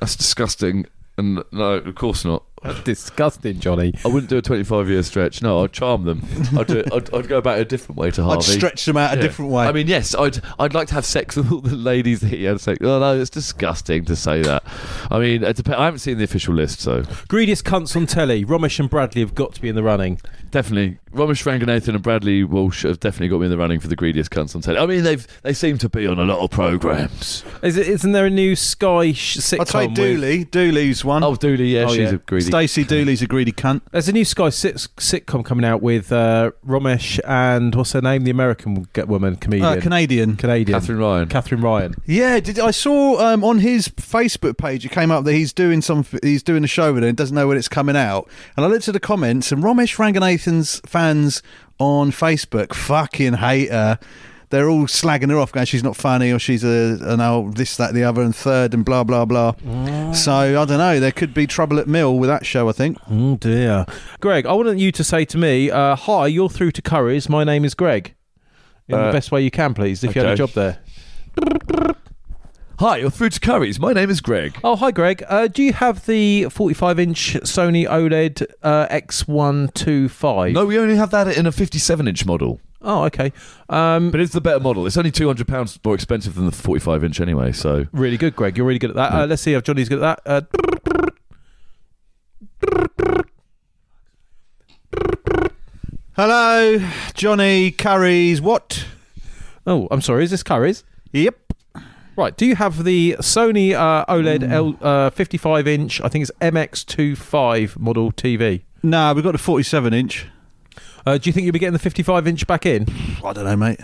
S1: That's disgusting. And no, of course not.
S3: That's disgusting, Johnny.
S1: I wouldn't do a 25 year stretch. No, I'd charm them. I'd, do it, I'd, I'd go about it a different way to Harvey.
S2: I'd stretch them out a
S1: Yeah.
S2: different way.
S1: I mean, yes, I'd I'd like to have sex with all the ladies that he had sex. Oh no, it's disgusting to say that. I mean, it dep- I haven't seen the official list, so
S3: Greediest cunts on telly. Romish and Bradley have got to be in the running.
S1: definitely Ramesh Ranganathan and Bradley Walsh have definitely got me in the running for the greediest cunts on telly. I mean, they've they seem to be on a lot of programs.
S3: Is it, isn't there a new Sky sh- sitcom?
S2: I'd say
S3: with-
S2: Dooley. Dooley's one.
S1: <laughs> Oh, Dooley, yeah,
S3: Oh,
S1: she's
S3: yeah.
S1: a greedy.
S2: Stacey Dooley's a greedy cunt. Uh,
S3: There's a new Sky sit- sitcom coming out with uh, Romesh and what's her name? The American g- woman comedian,
S2: Uh, Canadian.
S3: Canadian,
S1: Catherine Ryan.
S3: Catherine Ryan.
S2: Yeah, did I saw um, on his Facebook page it came up that he's doing some he's doing a show with it and doesn't know when it's coming out. And I looked at the comments and Ramesh Ranganathan's fans on Facebook fucking hate her. They're all slagging her off, going she's not funny or she's a an old this that the other and third and blah blah blah. So I don't know. There could be trouble at mill with that show. I think.
S3: Oh dear, Greg. I want you to say to me, uh, "Hi, you're through to Curry's. My name is Greg." In the
S1: Uh,
S3: best way you can, please. If you had a
S1: okay.
S3: job there.
S1: Hi, you're through to Curry's. My name is Greg.
S3: Oh, hi, Greg. Uh, do you have the 45-inch Sony OLED uh, X125?
S1: No, we only have that in a 57 inch model,
S3: Oh, okay. Um,
S1: but it's the better model. It's only 200 pounds more expensive than the 45 inch anyway. So
S3: Really good, Greg. You're really good at that. Uh, let's see if Johnny's good at that. Uh,
S2: Hello, Johnny Curry's what?
S3: oh, I'm sorry. Is this Curry's?
S2: Yep.
S3: Right. Do you have the Sony uh, OLED
S2: Hmm.
S3: L, uh, 55 inch? I think it's MX25 model TV.
S2: Nah, we've got a 47 inch.
S3: Uh, do you think you'll be getting the 55 inch back in?
S2: I don't know, mate.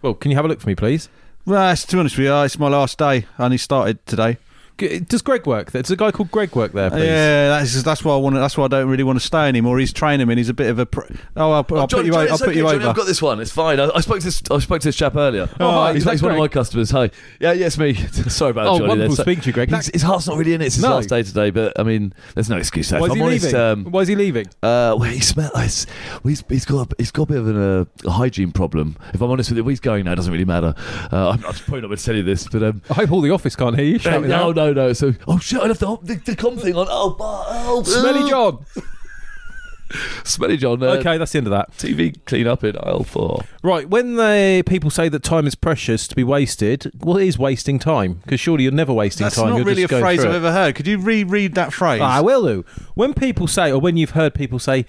S3: Well, can you have a look for me, please?
S2: Well, to be honest with you, it's my last day. I only started today.
S3: G- Does Greg work there? Does a guy called Greg work there, please?
S2: Yeah, that's that's why I want. That's why I don't really want to stay anymore. He's training me. and He's a bit of a. Pr- oh, I'll, put- I'll put you. o- I'll
S1: it's
S2: put
S1: okay,
S2: you
S1: Johnny,
S2: over.
S1: I've got this one. It's fine. I, I spoke to this. I spoke to this chap earlier.
S3: Oh, hi,
S1: he's,
S3: is that
S1: he's one of
S3: Greg?
S1: my customers. Hi. Yeah, yes, me. <laughs> Sorry about
S3: Oh,
S1: Johnny.
S3: wonderful
S1: there. So-
S3: speaking to you, Greg.
S1: He's- his heart's not really in it. It's his
S3: No.
S1: last day today, but I mean, there's no excuse. So
S3: Why
S1: if
S3: is he
S1: I'm honest,
S3: leaving?
S1: um,
S3: Why is he leaving?
S1: uh, well, he smell, he's, well, he's, he's got a, he's got a bit of an, uh, hygiene problem. If I'm honest with you, where he's going now it doesn't really matter. Uh, I'm, I'm probably not going to tell you this, but um,
S3: I hope all the office can't hear you
S1: no,
S3: shouting
S1: no,
S3: out.
S1: no, no. So oh shit, I left the, the, the com thing on. Oh, bar- oh,
S3: Smelly
S1: ugh.
S2: <laughs>
S3: John.
S1: Smelly John. Uh,
S3: Okay, that's the end of that.
S1: TV clean up in aisle four.
S3: Right, when the people say that time is precious to be wasted, well, it is wasting time because surely you're never wasting
S2: That's
S3: time.
S2: not
S3: you're
S2: really a
S3: just going
S2: phrase
S3: through
S2: I've
S3: it.
S2: ever heard. Could you reread that phrase?
S3: I will do. When people say, or when you've heard people say,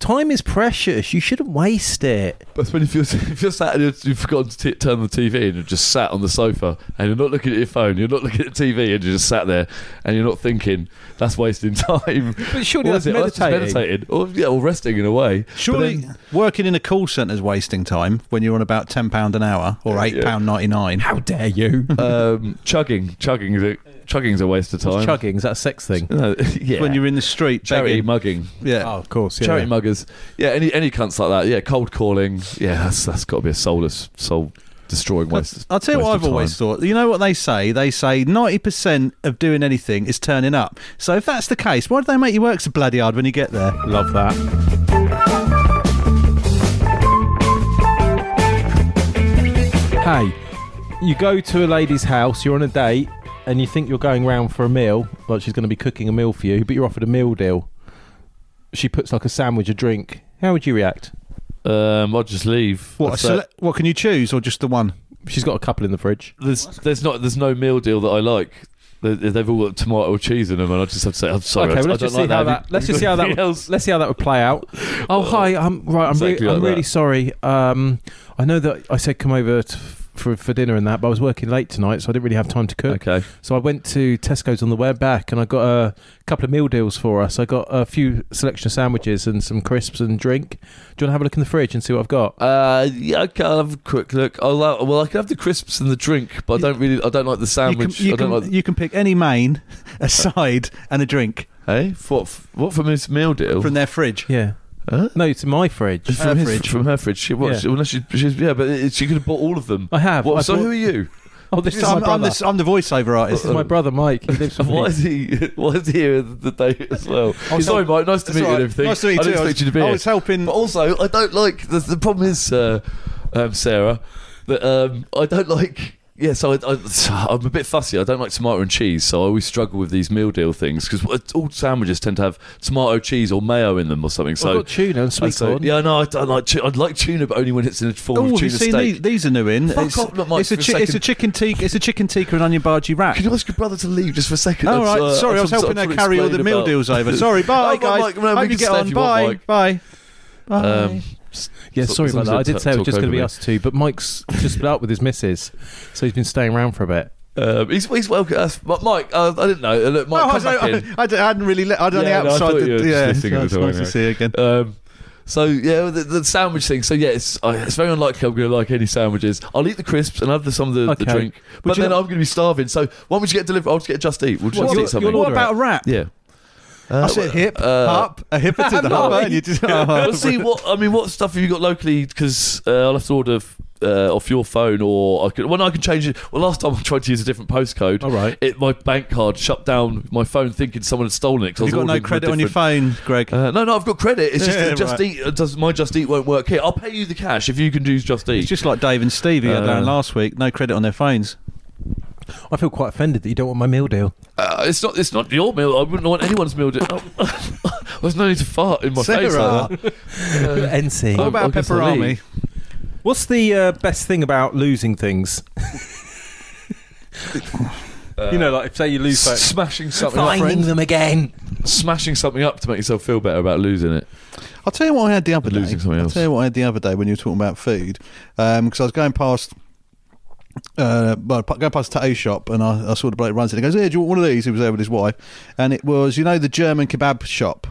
S3: time is precious, you shouldn't waste it.
S1: That's when <laughs> if you're if you're sat and you've- you've forgotten to t- turn the TV and you're just sat on the sofa and you're not looking at your phone, you're not looking at the TV, and you're just sat there and you're not thinking. That's wasting <laughs> time.
S3: But surely
S1: What is
S3: that's
S1: it? Oh, just
S3: meditating.
S1: meditating, or yeah, or resting in
S2: <laughs>
S1: a way. But
S2: Surely,
S1: then-
S2: working in a call centre is wasting time when you're on about ten pound an hour or eight pound ninety nine.
S3: How dare you?
S1: um, chugging, chugging, is a, chugging's a waste of time.
S3: It's chugging, is that a sex thing?
S1: No, <laughs> yeah.
S2: When you're in the street,
S1: charity
S2: begging.
S1: mugging,
S2: yeah.
S3: Oh, of course. Yeah.
S1: charity muggers, yeah, any any cunts like that, yeah, cold calling, yeah, that's that's got to be a soulless, soul destroying waste.
S2: I'll tell you
S1: waste
S2: what
S1: of
S2: I've always
S1: time.
S2: thought. You know what they say? They say 90% of doing anything is turning up. So if that's the case, why do they make you work so bloody hard when you get there?
S1: <laughs>
S3: Love that. Hey, you go to a lady's house, you're on a date, and you think you're going round for a meal, like she's going to be cooking a meal for you, but you're offered a meal deal. She puts like a sandwich, a drink. How would you react?
S1: Um, I'll just leave.
S2: What, a
S1: That's it.
S2: sele- what can you choose or just the one?
S3: She's got a couple in the fridge.
S1: there's there's not there's no meal deal that I like. They- They've all got tomato or cheese in them, and I just have to say, I'm sorry.
S3: okay,
S1: I,
S3: well,
S1: I
S3: let's
S1: don't
S3: just
S1: like
S3: see how
S1: Have
S3: that.
S1: you-
S3: Let's
S1: have you
S3: just see how
S1: got
S3: that.
S1: anything
S3: Would,
S1: else?
S3: let's see how that would play out. Oh, hi. I'm right. I'm,
S1: Uh, Exactly
S3: re- I'm
S1: like
S3: really
S1: that.
S3: sorry. Um, I know that I said come over to, for for dinner and that, but I was working late tonight, so I didn't really have time to cook.
S1: <laughs> Okay.
S3: So I went to Tesco's on the way back, and I got a couple of meal deals for us. I got a few selection of sandwiches and some crisps and drink. Do you want to have a look in the fridge and see what I've got?
S1: Uh, yeah, I can have a quick look. I'll have, well, I can have the crisps and the drink, but I don't really, I don't like the
S2: You can,
S1: sandwich.
S2: you,
S1: I don't
S2: can,
S1: like.
S2: you can pick any main, <laughs> a side, and a drink
S1: Hey, what, what from his meal deal?
S2: from their fridge.
S3: Yeah.
S1: Huh?
S3: No, it's in my fridge.
S1: From
S2: her
S1: his-
S2: fridge.
S1: From her fridge. She, what,
S3: Yeah.
S1: she, unless she, she's, yeah, but it, she could have bought all of them.
S3: I have.
S1: What,
S3: I
S1: so
S3: bought-
S1: who are you?
S3: Oh, this is
S2: I'm,
S3: my
S2: I'm
S3: brother.
S2: the, I'm the voiceover
S3: This
S2: artist.
S3: is
S1: Oh.
S3: my brother, Mike. He
S1: <laughs>
S3: lives with
S1: Why
S3: me.
S1: is he? Why is he here the day as well? Oh, sorry, Mike. Nice to
S2: That's
S1: meet you.
S2: all
S1: And
S2: right.
S1: everything.
S2: Nice to meet you
S1: I didn't
S2: too. I
S1: expect
S2: was-
S1: you to be
S2: I
S1: here.
S2: was helping-
S1: But also, I don't like the, the problem is uh, um, Sarah that um, I don't like Yeah, so I, I, I'm a bit fussy. I don't like tomato and cheese, so I always struggle with these meal deal things because all sandwiches tend to have tomato, cheese, or mayo in them or something. So oh,
S3: I've got tuna and sweet
S1: so-
S3: corn.
S1: Yeah, no, I don't like. tu- I'd like tuna, but only when it's in a form
S2: Oh,
S1: of
S2: have you
S1: tuna
S2: seen
S1: steak.
S2: these? These are new in.
S1: Fuck
S2: it's,
S1: off, look, Mike,
S2: it's a
S1: for a
S2: chi- it's a
S1: second.
S2: chicken tikka. It's a chicken tikka and onion bhaji
S1: <laughs>
S2: wrap.
S1: Can you ask your brother to leave just for a second? uh,
S2: All
S1: I'm
S2: right,
S1: so-
S2: sorry, I was
S1: I'm so-
S2: helping
S1: I'm
S2: her
S1: trying to
S2: carry all the
S1: explain
S2: meal
S1: about-
S2: deals over.
S1: <laughs>
S2: Sorry,
S1: Oh,
S2: bye
S1: Mike,
S2: guys.
S1: Mike, no, we
S2: Hope you
S1: can
S2: get
S1: stay if
S2: on.
S1: you want,
S2: Bye,
S1: Mike.
S2: bye.
S1: Um, s-
S3: Yeah,
S1: so-
S3: sorry
S1: so
S3: about that. I
S1: don't
S3: did
S1: ta-
S3: say it was
S1: talk
S3: just going to
S1: over
S3: be
S1: me.
S3: us two, but Mike's just split up with his missus, so he's been staying around for a bit.
S1: Um, he's, he's welcome. Uh, Mi- Mike, uh, I didn't know. Uh, Look, Mike,
S2: Oh, I,
S1: come back
S2: don't-
S1: in.
S2: I, don't- I hadn't really. Let, I don't
S1: Yeah,
S2: know
S1: no, I
S2: outside.
S1: thought
S2: the,
S1: you were just
S2: yeah,
S1: listening
S2: so
S1: at the
S2: it's
S1: time,
S2: nice to
S1: yeah.
S2: see you again.
S1: Um, so yeah, the, the sandwich thing. So yeah, it's, I it's very unlikely I'm going to like any sandwiches. I'll eat the crisps and have the, some of the, the
S3: Okay.
S1: drink, but
S3: you
S1: then
S3: not-
S1: I'm going to be starving. So why would you get delivered? I'll just get Just Eat. We'll just
S2: What,
S1: eat something.
S2: what about a wrap?
S1: yeah.
S2: I said hip,
S1: uh,
S2: up, a hip to the hopper, and you <laughs> just.
S1: we'll see what I mean. What stuff have you got locally? Because uh, I'll have to order f- uh, off your phone, or I could, well, no, I can change it. Well, last time I tried to use a different postcode.
S3: All right.
S1: it, my bank card shut down my phone, thinking someone had stolen it. 'cause I
S2: You've
S1: was
S2: got no
S1: ordering from a
S2: credit on your
S1: different-
S2: phone, Greg.
S1: Uh, no, no, I've got credit. It's
S2: <laughs>
S1: just
S2: Yeah,
S1: that Just
S2: right.
S1: Eat uh, does my Just Eat won't work here. I'll pay you the cash if you can do Just Eat.
S2: It's just like Dave and Stevie had down
S1: Uh,
S2: last week. No credit on their phones.
S3: I feel quite offended that you don't want my meal deal.
S1: uh, it's not. It's not your meal. I wouldn't want anyone's meal. To, <laughs> there's no need to fart in my face like that.
S3: NC.
S1: Oh,
S2: What about
S1: I guess I'll
S2: pepperami?
S1: leave.
S3: What's the uh, best thing about losing things? you know, like if say you lose something.
S1: S- Smashing something, up,
S5: Finding them again.
S1: smashing something up to make yourself feel better about losing
S2: <laughs>
S1: it.
S2: I'll tell you what I had the other day.
S1: Losing something
S2: I'll
S1: else.
S2: tell you what I had the other day when you were talking about food, because I was going past. Uh, well, pa- going past a tattoo shop, and I, I saw the bloke runs it. He goes, "Hey, do you want one of these?" He was there with his wife, and it was, you know, the German kebab shop.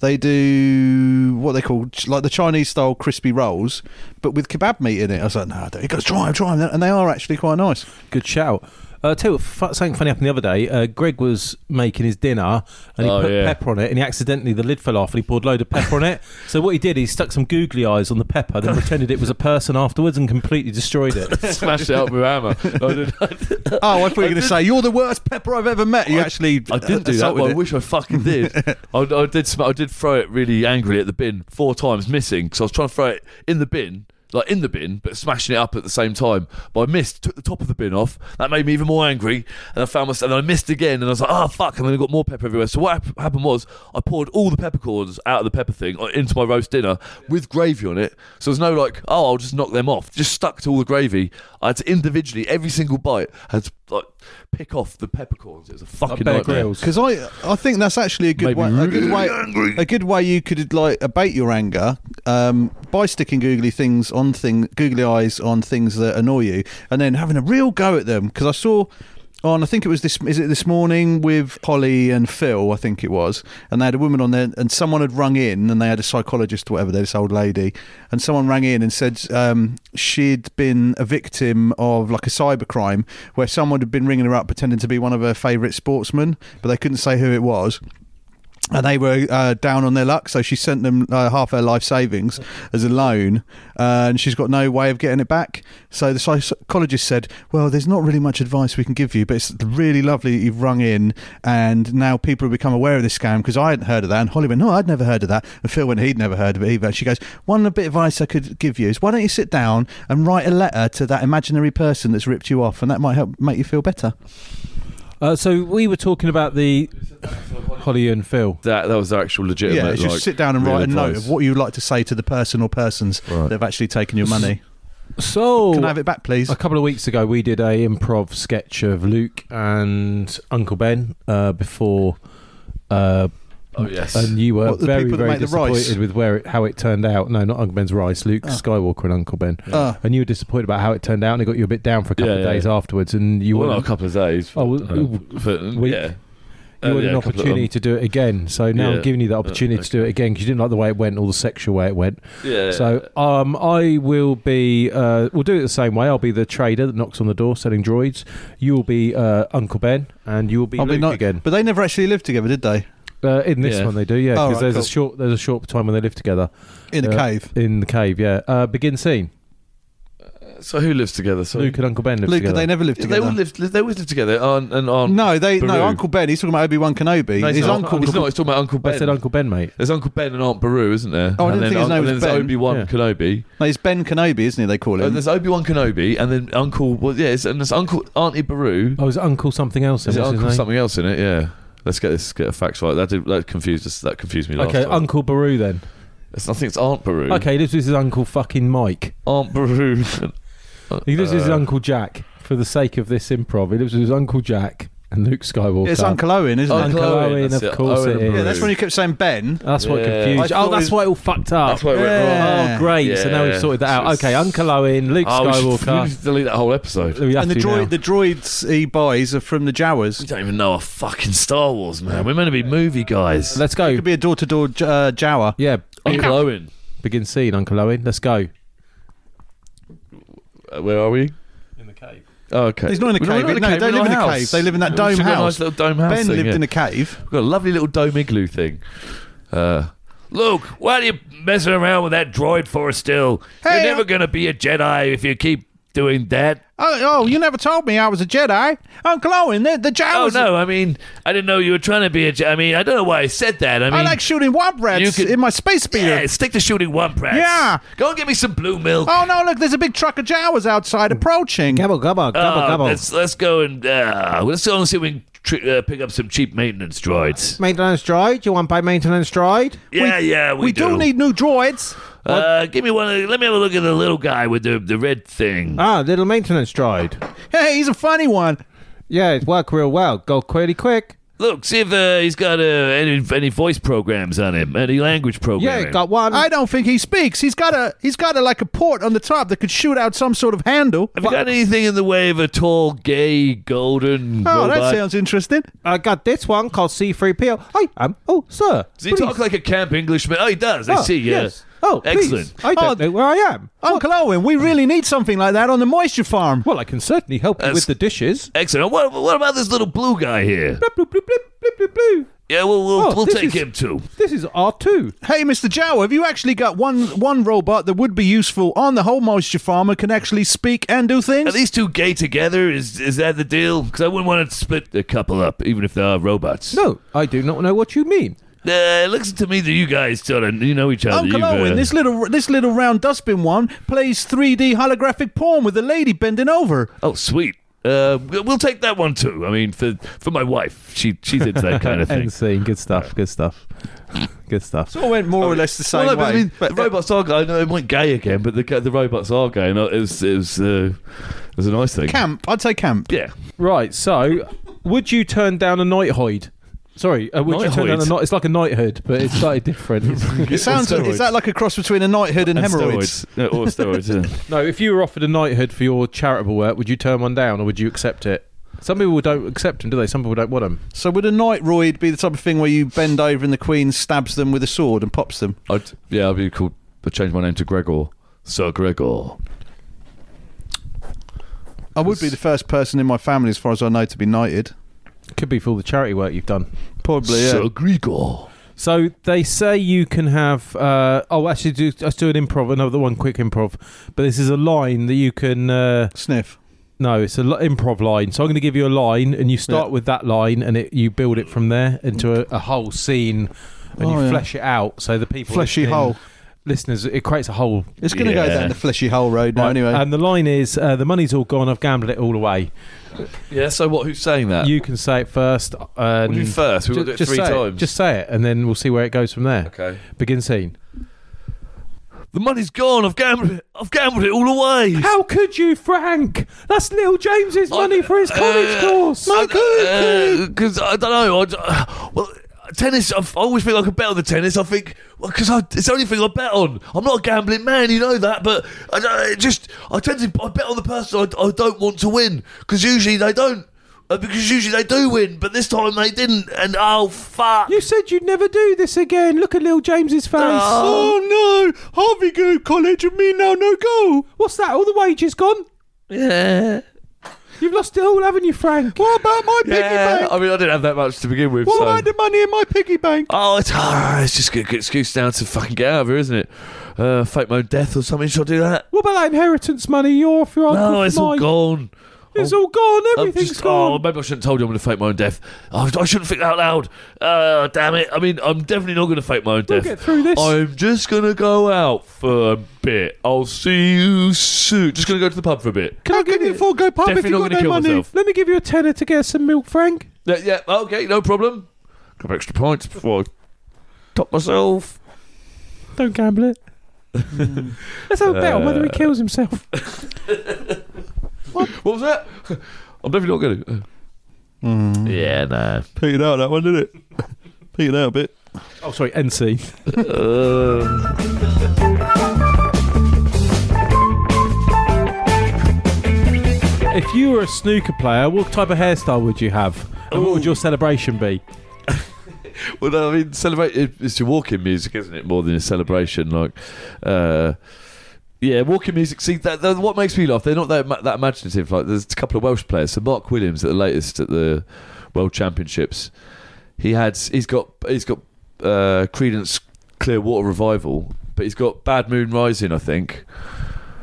S2: They do what they call ch- like the Chinese style crispy rolls, but with kebab meat in it. I was like, "No, I don't." he goes, "Try them, try them," and they are actually quite nice.
S3: Good shout. Uh, tell you what, fu- something funny happened the other day. Uh, Greg was making his dinner and he
S1: Oh,
S3: put
S1: yeah.
S3: pepper on it, and he accidentally the lid fell off, and he poured a load of pepper on it. So what he did, he stuck some googly eyes on the pepper, then pretended it was a person afterwards, and completely destroyed
S1: <laughs>
S3: it.
S1: Smashed it up with a hammer. I didn't, I
S2: Oh, I thought you were going to say you're the worst pepper I've ever met. You actually,
S1: I didn't do that.
S2: assaulted
S1: But I
S2: it.
S1: wish I fucking <laughs> did. I, I did. Sm- I did throw it really angrily at the bin four times, missing because I was trying to throw it in the bin, like in the bin, but smashing it up at the same time. But I missed. Took the top of the bin off. That made me even more angry, and I found myself. And I missed again, and I was like, "Ah, fuck!" And then I got more pepper everywhere. So what hap- happened was, I poured all the peppercorns out of the pepper thing uh, into my roast dinner with gravy on it. So there's no like, "Oh, I'll just knock them off." Just stuck to all the gravy. I had to individually, every single bite, had to like pick off the peppercorns. It was a fucking
S3: Bear
S1: nightmare.
S3: Grylls.
S2: Because I, I think that's actually a good
S1: Made me
S2: way, a good
S1: really
S2: way, a good way you could like abate your anger um, by sticking googly things on thing, googly eyes on things that annoy you, and then having a real go at them. Because I saw on, I think it was this, is it this morning with Holly and Phil, I think it was, and they had a woman on there, and someone had rung in, and they had a psychologist, or whatever, they're this old lady, and someone rang in and said um, she'd been a victim of like a cybercrime where someone had been ringing her up pretending to be one of her favourite sportsmen, but they couldn't say who it was and they were uh, down on their luck, so she sent them uh, half her life savings as a loan, uh, and she's got no way of getting it back. So the psychologist said, "Well, there's not really much advice we can give you, but it's really lovely that you've rung in, and now people have become aware of this scam because I hadn't heard of that." And Holly went, "No, I'd never heard of that," and Phil went, "He'd never heard of it either." And she goes, "One bit of advice I could give you is why don't you sit down and write a letter to that imaginary person that's ripped you off, and that might help make you feel better."
S3: Uh, so we were talking about the Holly and Phil.
S1: That that was their actual legitimate.
S2: yeah, it's just
S1: like,
S2: sit down and
S1: real
S2: write a note
S1: advice.
S2: of what you'd like to say to the person or persons that have actually taken your money.
S3: So
S2: Can I have it back, please?
S3: A couple of weeks ago, we did a improv sketch of Luke and Uncle Ben uh, before, uh,
S1: Oh yes.
S3: and you were
S2: What, the
S3: very
S2: people that
S3: very
S2: make the rice?
S3: disappointed with where it, how it turned out. No, not Uncle Ben's rice. Luke Skywalker and Uncle Ben,
S2: Ah.
S3: and you were disappointed about how it turned out, and it got you a bit down for a couple
S1: Yeah,
S3: of
S1: yeah,
S3: days
S1: yeah.
S3: afterwards, and you
S1: well,
S3: were
S1: not a couple of days.
S3: Oh, well,
S1: but, uh,
S3: ooh,
S1: but, um,
S3: week.
S1: yeah.
S3: you
S1: Uh,
S3: had
S1: yeah,
S3: an
S1: a couple of
S3: opportunity to do it again. So now I'm
S1: Yeah. Uh,
S3: giving you the opportunity to do it again because you didn't like the way it went or the sexual way it went.
S1: them. Yeah.
S3: So um, I will be. Uh, we'll do it the same way. I'll be the trader that knocks on the door selling droids. You will be uh, Uncle Ben, and you will be
S2: I'll
S3: Luke
S2: not-
S3: again.
S2: But they never actually lived together, did they?
S3: Uh, in this
S1: Yeah.
S3: one, they do, yeah,
S2: Oh,
S3: because
S2: right,
S3: there's
S2: cool.
S3: a short there's a short time when they live together
S2: In a
S3: Yeah.
S2: cave.
S3: in the cave. Yeah, uh, begin scene.
S1: So who lives together? So
S3: Luke and Uncle Ben live
S2: Luke,
S3: together.
S2: they never lived
S1: they
S2: together.
S1: all lived. They always lived together. Aunt and Aunt.
S2: no, they
S1: Baru.
S2: no. Uncle Ben. He's talking about Obi Wan Kenobi.
S1: No, he's
S2: his
S1: not.
S2: uncle.
S1: He's not. He's talking about Uncle
S3: I
S1: Ben.
S3: said Uncle Ben, mate.
S1: There's Uncle Ben and Aunt Baru, isn't there?
S2: Oh, I didn't
S1: and then,
S2: think his
S1: Unc-
S2: name
S1: and
S2: was
S1: then there's
S2: Ben.
S1: Obi Wan
S3: Yeah.
S1: Kenobi.
S2: No, he's Ben Kenobi, isn't he? They call
S1: Oh,
S2: him.
S1: there's Obi Wan Kenobi, and then Uncle. Well, yeah, it's- and there's Uncle Auntie Baru.
S3: Oh, it was Uncle something else. then,
S1: Is it
S3: what's his
S1: Uncle
S3: name?
S1: something else in it? Yeah. Let's get this get a facts right. That did, that confused us. That confused me last
S3: Okay,
S1: time.
S3: Uncle Baru then.
S1: It's, I think it's Aunt Baru.
S3: Okay, he lives with his uncle fucking Mike. <laughs>
S1: Aunt Baru.
S3: He lives with his
S1: Uh,
S3: uncle Jack. For the sake of this improv, he lives with his uncle Jack and Luke Skywalker.
S2: it's Uncle Owen, isn't it?
S1: Uncle
S3: Uncle
S1: Owen,
S3: Owen,
S1: that's
S3: "Oh, of
S1: it,
S3: course
S1: Owen
S3: it
S1: and
S3: is.
S2: Yeah, that's when you kept saying Ben.
S3: That's what
S1: Yeah.
S3: confused.
S2: I
S3: Oh,
S2: thought
S3: that's
S2: it-
S3: why it all fucked up.
S1: That's why it went
S2: Yeah.
S1: wrong.
S3: Oh, great! So now we've
S1: Yeah.
S3: sorted that out.
S1: It's-
S3: Okay, Uncle Owen, Luke
S1: Oh, we should- we
S3: Skywalker.
S1: need to delete that whole episode.
S3: We have
S2: And the
S3: to now.
S2: droid, the droids he buys are from the Jawas.
S1: We don't even know our fucking Star Wars, man. We're meant to be movie guys.
S3: Let's go.
S2: Could be a door-to-door J- uh, Jawa.
S3: yeah,
S1: Uncle Owen.
S3: begin scene, Uncle Owen. Let's go.
S1: Uh, where are we?
S3: In the cave.
S1: Oh, okay.
S2: He's not in a
S1: We're
S2: cave.
S1: we're
S2: No,
S1: cave,
S2: they
S1: we're
S2: live in a
S1: house.
S2: cave. They live in that
S1: We've
S2: dome
S1: got a
S2: house.
S1: Nice little dome house.
S2: Ben
S1: thing,
S2: lived
S1: yeah.
S2: in a cave.
S1: We've got a lovely little dome igloo thing. Uh, Luke, why are you messing around with that droid for still?
S2: Hey,
S1: You're never
S2: I-
S1: going to be a Jedi if you keep doing that.
S2: Oh, oh, you never told me I was a Jedi, Uncle Owen. The, the
S1: Oh,
S2: Jawas.
S1: no, I mean, I didn't know you were trying to be a Jedi. I mean, I don't know why I said that. I mean,
S2: I like shooting womp
S1: you
S2: rats
S1: could-
S2: in my space speeder.
S1: yeah, stick to shooting one press.
S2: Yeah.
S1: Go and get me some blue milk.
S2: Oh no! Look, there's a big truck of Jawas outside approaching.
S5: Gobble, gobble, gobble,
S1: Uh,
S5: gobble.
S1: Let's, let's go and uh, let's go and see if we can tr- uh, pick up some cheap maintenance droids.
S5: Maintenance droid? You want by maintenance droid?
S1: Yeah, yeah, we,
S2: we do need new droids.
S1: Uh, give me one. Of, the- let me have a look at the little guy with the, the red thing.
S3: Uh,
S5: Ah, little maintenance droid.
S2: Hey, he's a funny one.
S5: Yeah, it worked real well. Go pretty quick.
S1: Look, see if uh, he's got uh, any any voice programs on him, any language
S5: Yeah,
S1: programming.
S5: it got one.
S2: I don't think he speaks. He's got a he's got a like a port on the top that could shoot out some sort of handle.
S1: Have you got anything in the way of a tall, gay, golden
S2: Oh,
S1: robot?
S2: that sounds interesting.
S5: I got this one called C3PO. Hi, um, oh, sir.
S1: Does he talk like a camp Englishman? Oh, he does. I
S5: Oh,
S1: see. Yeah.
S5: yes. Oh, please.
S1: excellent. Oh.
S5: I
S2: Oh,
S5: don't know where I am.
S2: Uncle Owen, we really need something like that on the moisture farm.
S5: Well, I can certainly help you
S1: That's-
S5: with the dishes.
S1: Excellent. What, what about this little blue guy here?
S5: Bloop, bloop, bloop, bloop, bloop, bloop.
S1: Yeah, we'll we'll,
S5: Oh,
S1: we'll
S5: this
S1: take
S5: is-
S1: him too.
S5: This is R2.
S2: Hey, Mr. Jow, have you actually got one one robot that would be useful on the whole moisture farm and can actually speak and do
S1: Are
S2: things?
S1: these two gay together? Is is that the deal? Because I wouldn't want to split the couple up, even if they are robots.
S5: No, I do not know what you mean.
S1: Uh, it looks to me that you guys sort of you
S5: Oh,
S1: know each other.
S2: Uncle
S1: You've, uh,
S2: Owen, this little this little round dustbin one plays 3D holographic porn with a lady bending over.
S1: Oh, sweet. Uh, we- we'll take that one too. I mean, for for my wife, she she's into that
S5: <laughs>
S1: kind of thing.
S3: End scene. Good stuff. Good stuff. Good stuff.
S2: It went more or less the same
S1: Well, no, but
S2: way.
S1: I mean,
S2: But-
S1: the robots are. gay. I know it went gay again, but the ga- the robots are gay. And it was it was uh, it was a nice thing.
S2: camp, I'd say <laughs> camp.
S1: Yeah.
S3: Right. So, would you turn down a knighthood? Sorry, uh, would you turn down a
S1: Knighthood?
S3: night? It's like a knighthood, but it's slightly different.
S1: <laughs>
S3: It's-
S2: It sounds.
S1: steroids.
S2: Is that like a cross between a knighthood and,
S1: And
S2: hemorrhoids?
S1: steroids. Yeah, or steroids. Yeah.
S3: no, if you were offered a knighthood for your charitable work, would you turn one down or would you accept it? Some people don't accept them, do they? Some people don't want them.
S2: So would a knightroid be the type of thing where you bend over and the queen stabs them with a sword and pops them?
S1: <laughs> I'd, yeah, I'd be called. I'd change my name to Gregor. Sir Gregor.
S2: I would be the first person in my family, as far as I know, to be knighted.
S3: Could be for all the charity work you've done.
S2: Probably. Yeah.
S1: Sir Gregor.
S3: So they say you can have. Uh, oh, actually, do, let's do an improv, another one, quick improv. But this is a line that you can. Uh,
S2: Sniff.
S3: no, it's an improv line. So I'm going to give you a line, and you start
S2: Yeah.
S3: with that line, and it, you build it from there into a, a whole scene, and
S2: Oh,
S3: you
S2: yeah.
S3: flesh it out. So the people
S2: Fleshy
S3: listening-
S2: hole.
S3: listeners, it creates a whole.
S2: It's going to go
S1: Yeah.
S2: down the fleshy hole road now.
S3: Right,
S2: Anyway.
S3: and the line is, uh, "The money's all gone. I've gambled it all away."
S1: Yeah. So what? Who's saying that?
S3: you can say it first. Um,
S1: Uh, We'll do first. We'll do it three
S3: say
S1: times.
S3: Just say it, and then we'll see where it goes from there.
S1: Okay.
S3: Begin scene.
S1: The money's gone. I've gambled. it- I've gambled it all away.
S3: How could you, Frank? That's Lil James's money for his college course.
S1: Because uh, I don't know. I d well, tennis. I've, I always feel like I bet on the tennis. I think because it's the only thing I bet on. I'm not a gambling man, you know that. But I don't, it just I tend to I bet on the person I, I don't want to win because usually they don't. Uh, because usually they do win, but this time they didn't. And oh fuck!
S3: you said you'd never do this again. Look at Lil James's face.
S1: Oh,
S3: no, Harvey go to college and me now no go. What's that? All the wages gone.
S1: Yeah.
S3: You've lost it all, haven't you, Frank? What about my
S1: I mean, I didn't have that much to begin with. so.
S3: money in my piggy bank?
S1: Oh, it's, ah, it's just a good excuse now to fucking get out of here, isn't it? uh, fake my own death or something. Should I do that?
S3: What about that inheritance money you're for your uncle?
S1: No, it's all gone.
S3: It's all gone.
S1: I'm
S3: Everything's
S1: just,
S3: gone.
S1: Oh, maybe I shouldn't have told you I'm going to fake my own death. Oh, I shouldn't think that out loud. Uh, damn it. I mean, I'm definitely not going to fake my own
S3: We'll
S1: death.
S3: get through this.
S1: I'm just going to go out for a bit. I'll see you soon. Just going to go to the pub for a bit.
S3: Can I give you a four go pub if
S1: Definitely
S3: you
S1: not
S3: got
S1: gonna
S3: no
S1: kill
S3: money?
S1: myself.
S3: Let me give you a tenner to get us some milk, Frank.
S1: Yeah, yeah, okay, no problem. Couple extra pints before I top myself.
S3: Don't gamble
S1: <laughs>
S3: it. Let's have a bet on whether he kills himself.
S1: What was that? <laughs> I'm definitely not going to.
S3: Mm.
S1: Yeah, no.
S2: Petered out that one, did it? <laughs> Petered out a bit.
S3: Oh, sorry, <laughs> Um. NC. If you were a snooker player, what type of hairstyle would you have? And what would your celebration be?
S1: Well, no, I mean, celebrate. it- It's your walking music, isn't it? More than a celebration, like, uh, yeah, walking music. See, that, that what makes me laugh. They're not that ima- that imaginative. Like, there's a couple of Welsh players. So Mark Williams, at the latest at the World Championships, he had he's got he's got uh, Credence Clearwater Revival, but he's got Bad Moon Rising, I think.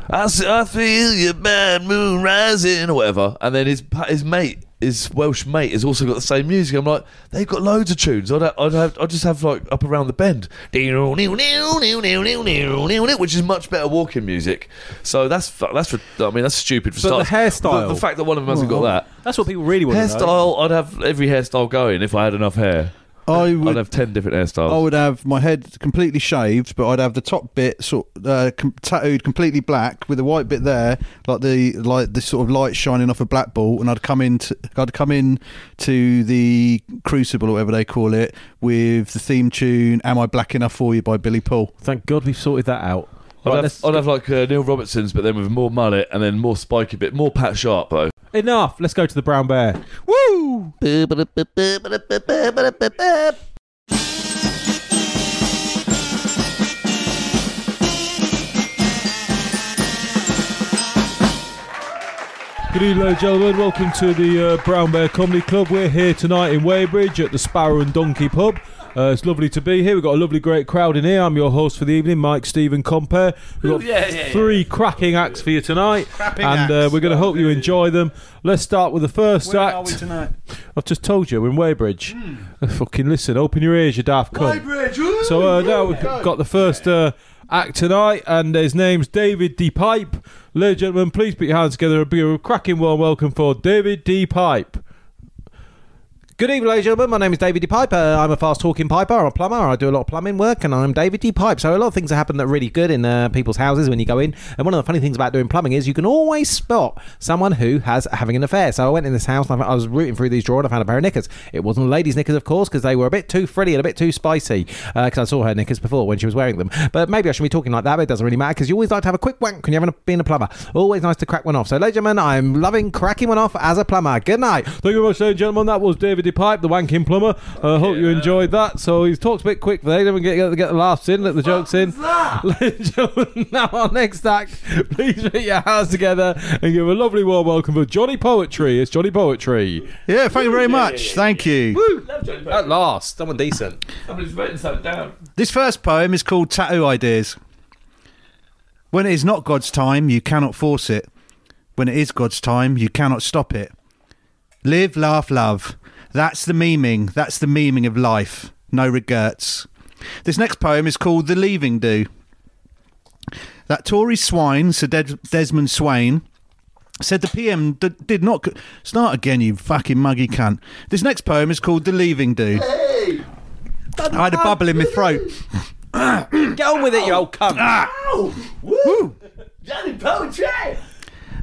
S1: I, s- I feel your bad moon rising or whatever. And then his pa- his mate, his Welsh mate, has also got the same music. I'm like, they've got loads of tunes. I'd ha- I'd have, I'd just have like up around the bend, which is much better walking music. So that's fu- that's ri- I mean that's stupid for
S3: But the
S1: starters.
S3: hairstyle-
S1: the, the fact that one of them hasn't got that
S3: That's what people really want to know.
S1: hairstyle. I'd have every hairstyle going if I had enough hair.
S2: I
S1: I'd
S2: would.
S1: have ten different hairstyles.
S3: Oh,
S2: I would have my head completely shaved, but I'd have the top bit sort uh, com- tattooed completely black with a white bit there, like the like the sort of light shining off a black ball. And I'd come in, to, I'd come in to the Crucible or whatever they call it with the theme tune "Am I Black Enough for You" by Billy Paul.
S3: Thank God we've sorted that out.
S1: I'd,
S3: Right,
S1: have,
S3: let's-
S1: I'd have like uh, Neil Robertson's, but then with more mullet and then more spiky bit, more Pat Sharp though.
S3: Enough. Let's go to the brown bear. Woo! Good evening, ladies and gentlemen. Welcome to the uh, Brown Bear Comedy Club. We're here tonight in Weybridge at the Sparrow and Donkey Pub. Uh, it's lovely to be here. We've got a lovely, great crowd in here. I'm your host for the evening, Mike Stephen Compare. We've got three cracking acts for you tonight, and uh,
S2: acts.
S3: we're going to hope you enjoy them. Let's start with the first act.
S2: tonight? Hmm.
S3: I've just told you, we're in Weybridge. Uh, Fucking listen, open your ears, you daft cunt. So uh, now we've got the first uh, act tonight, and his name's David D. Pipe. Ladies and gentlemen, please put your hands together and be a cracking warm welcome for David D. Pipe.
S5: Good evening, ladies and gentlemen. My name is David D. Piper. I'm a fast talking piper. I'm a plumber. I do a lot of plumbing work, and I'm David D. Pipe. So, a lot of things that happen that are really good in uh, people's houses when you go in. And one of the funny things about doing plumbing is you can always spot someone who has having an affair. So, I went in this house and I I was rooting through these drawers and I found a pair of knickers. It wasn't a lady's knickers, of course, because they were a bit too frilly and a bit too spicy. Because I saw her knickers before when she was wearing them. But maybe I shouldn't be talking like that, but it doesn't really matter because you always like to have a quick wank when you're having a, being a plumber. Always nice to crack one off. So, ladies and gentlemen, I'm loving cracking one off as a plumber. Good night.
S3: Thank you very much, ladies and gentlemen. That was David D. Pipe, the wanking plumber. I uh, hope you enjoyed that. So he talks a bit quick today. Didn't get, get, get the laughs in, let the jokes in. <laughs> Ladies and gentlemen, <laughs> now our next act. Please put your hands together and give a lovely warm welcome for Johnny Poetry. It's Johnny Poetry.
S2: Yeah, thank you very much. Thank you.
S5: At last, someone decent.
S2: This first poem is called Tattoo Ideas. When it is not God's time, you cannot force it. When it is God's time, you cannot stop it. Live, laugh, love. That's the meaning. That's the meaning of life. No regrets. This next poem is called The Leaving Do. That Tory swine, Sir Des- Desmond Swain, said the PM d- did not. c Start again, you fucking muggy cunt. This next poem is called The Leaving Do. I had a bubble in my throat.
S5: Get on with it, you old cunt.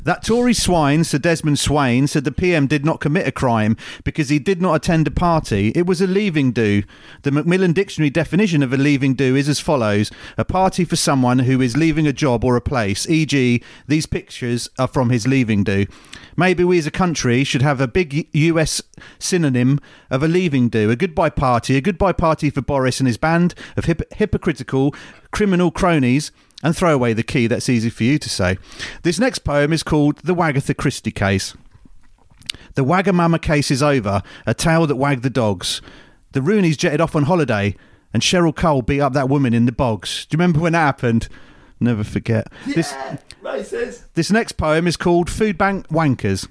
S2: That Tory swine, Sir Desmond Swain, said the PM did not commit a crime because he did not attend a party. It was a leaving do. The Macmillan Dictionary definition of a leaving do is as follows a party for someone who is leaving a job or a place, e.g., these pictures are from his leaving do. Maybe we as a country should have a big US synonym of a leaving do, a goodbye party, a goodbye party for Boris and his band of hip- hypocritical criminal cronies and throw away the key. That's easy for you to say. This next poem is called The Wagatha Christie Case. The Wagamama case is over, a tale that wagged the dogs. The Roonies jetted off on holiday, and Cheryl Cole beat up that woman in the bogs. Do you remember when that happened? Never forget. This This next poem is called Food Bank Wankers.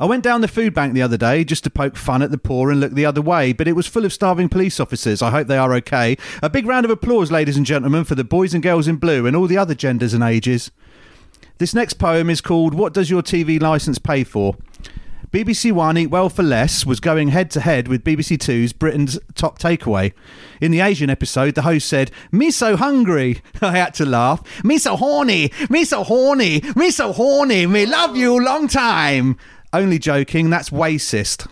S2: I went down the food bank the other day just to poke fun at the poor and look the other way, but it was full of starving police officers. I hope they are okay. A big round of applause, ladies and gentlemen, for the boys and girls in blue and all the other genders and ages. This next poem is called What Does Your TV License Pay For? BBC One Eat Well for Less was going head to head with BBC Two's Britain's Top Takeaway. In the Asian episode, the host said, Me so hungry. <laughs> I had to laugh. Me so horny. Me so horny. Me so horny. Me love you long time. Only joking, that's racist.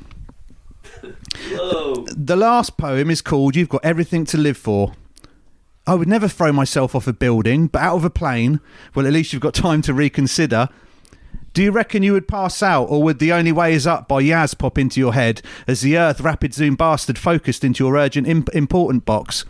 S2: The last poem is called You've Got Everything to Live For. I would never throw myself off a building, but out of a plane, well, at least you've got time to reconsider. Do you reckon you would pass out, or would The Only Way Is Up by Yaz pop into your head as the Earth Rapid Zoom Bastard focused into your urgent imp- important box?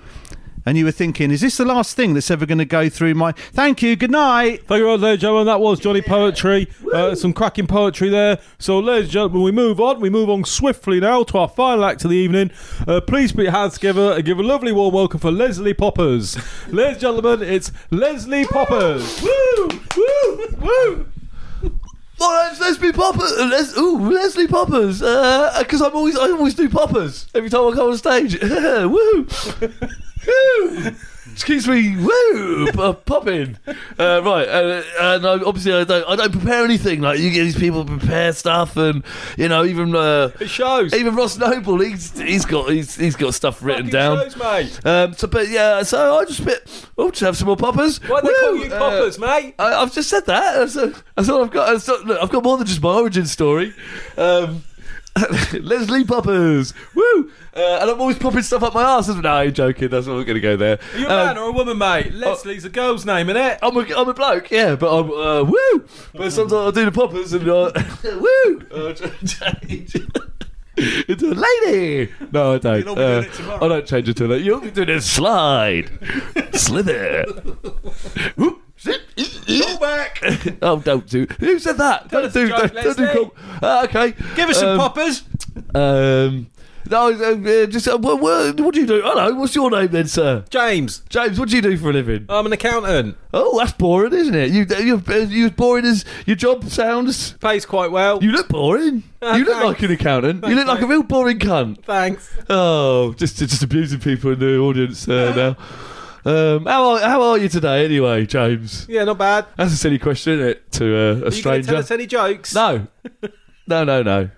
S2: And you were thinking, is this the last thing that's ever going to go through my. Thank you, good night!
S3: Thank you, very much, ladies and gentlemen. That was Johnny Poetry. Uh, some cracking poetry there. So, ladies and gentlemen, we move on. We move on swiftly now to our final act of the evening. Uh, please put your hands together and give a lovely warm welcome for Leslie
S5: <laughs>
S3: Poppers. ladies and gentlemen, it's Leslie Poppers. Woo! Woo! Woo!
S1: My name's Leslie Poppers. Les- ooh, Leslie Poppers. Because I'm always, I always do poppers every time I come on stage. <laughs> woo, woo. Excuse me, woo, p- uh, popping. Uh, right, uh, and I, obviously I don't, I don't prepare anything. Like you get these people prepare stuff, and you know even uh,
S3: It shows.
S1: even Ross Noble, he's he's got he's, he's got stuff written
S3: Fucking
S1: down.
S3: shows, mate.
S1: Um, so, but yeah, so I just bit. Oh, just have some more poppers.
S3: Why do they call
S1: Woo!
S3: you
S1: Uh,
S3: Poppers, mate?
S1: I, I've just said that. That's, uh, that's all I've got. That's not- look, I've got more than just my origin story. Um, <laughs> Leslie Poppers, woo! Uh, and I'm always popping stuff up my ass. No, I'm joking. That's not going to go there.
S3: Are you a
S1: Um,
S3: man or a woman,
S5: uh,
S3: mate? Leslie's a girl's name, innit?
S1: I'm a, I'm a bloke, yeah, but I'm uh, woo. But sometimes I do the poppers and I <laughs> woo uh, change into a lady. No, I don't.
S3: be doing
S1: Uh,
S3: it tomorrow.
S1: I don't change into a lady. You'll be doing a slide,
S3: <laughs>
S1: slither, whoop, zip, go back. <laughs> oh, don't do. Who said that? Don't do.
S3: joke,
S1: Don't, don't do.
S3: Leslie.
S1: Call. Ah, okay.
S3: Give us some
S1: Um,
S3: poppers.
S1: Um, no, uh, uh, just uh, what, what, what do you do? Hello, what's your name then, sir?
S5: James,
S1: James, what do you do for a living?
S5: I'm an accountant.
S1: Oh, that's boring, isn't it? You uh, you you as boring as your job sounds.
S5: Pays quite well.
S1: You look boring. you look
S5: thanks.
S1: like an accountant. you look like a real boring cunt.
S5: Thanks.
S1: Oh, just just abusing people in the audience uh, now. Um, how are how are you today, anyway, James?
S5: Yeah, not bad.
S1: That's a silly question, isn't it, to uh, a
S5: Are you going to tell
S1: stranger?
S5: us any jokes?
S1: <laughs> No, no, no, no.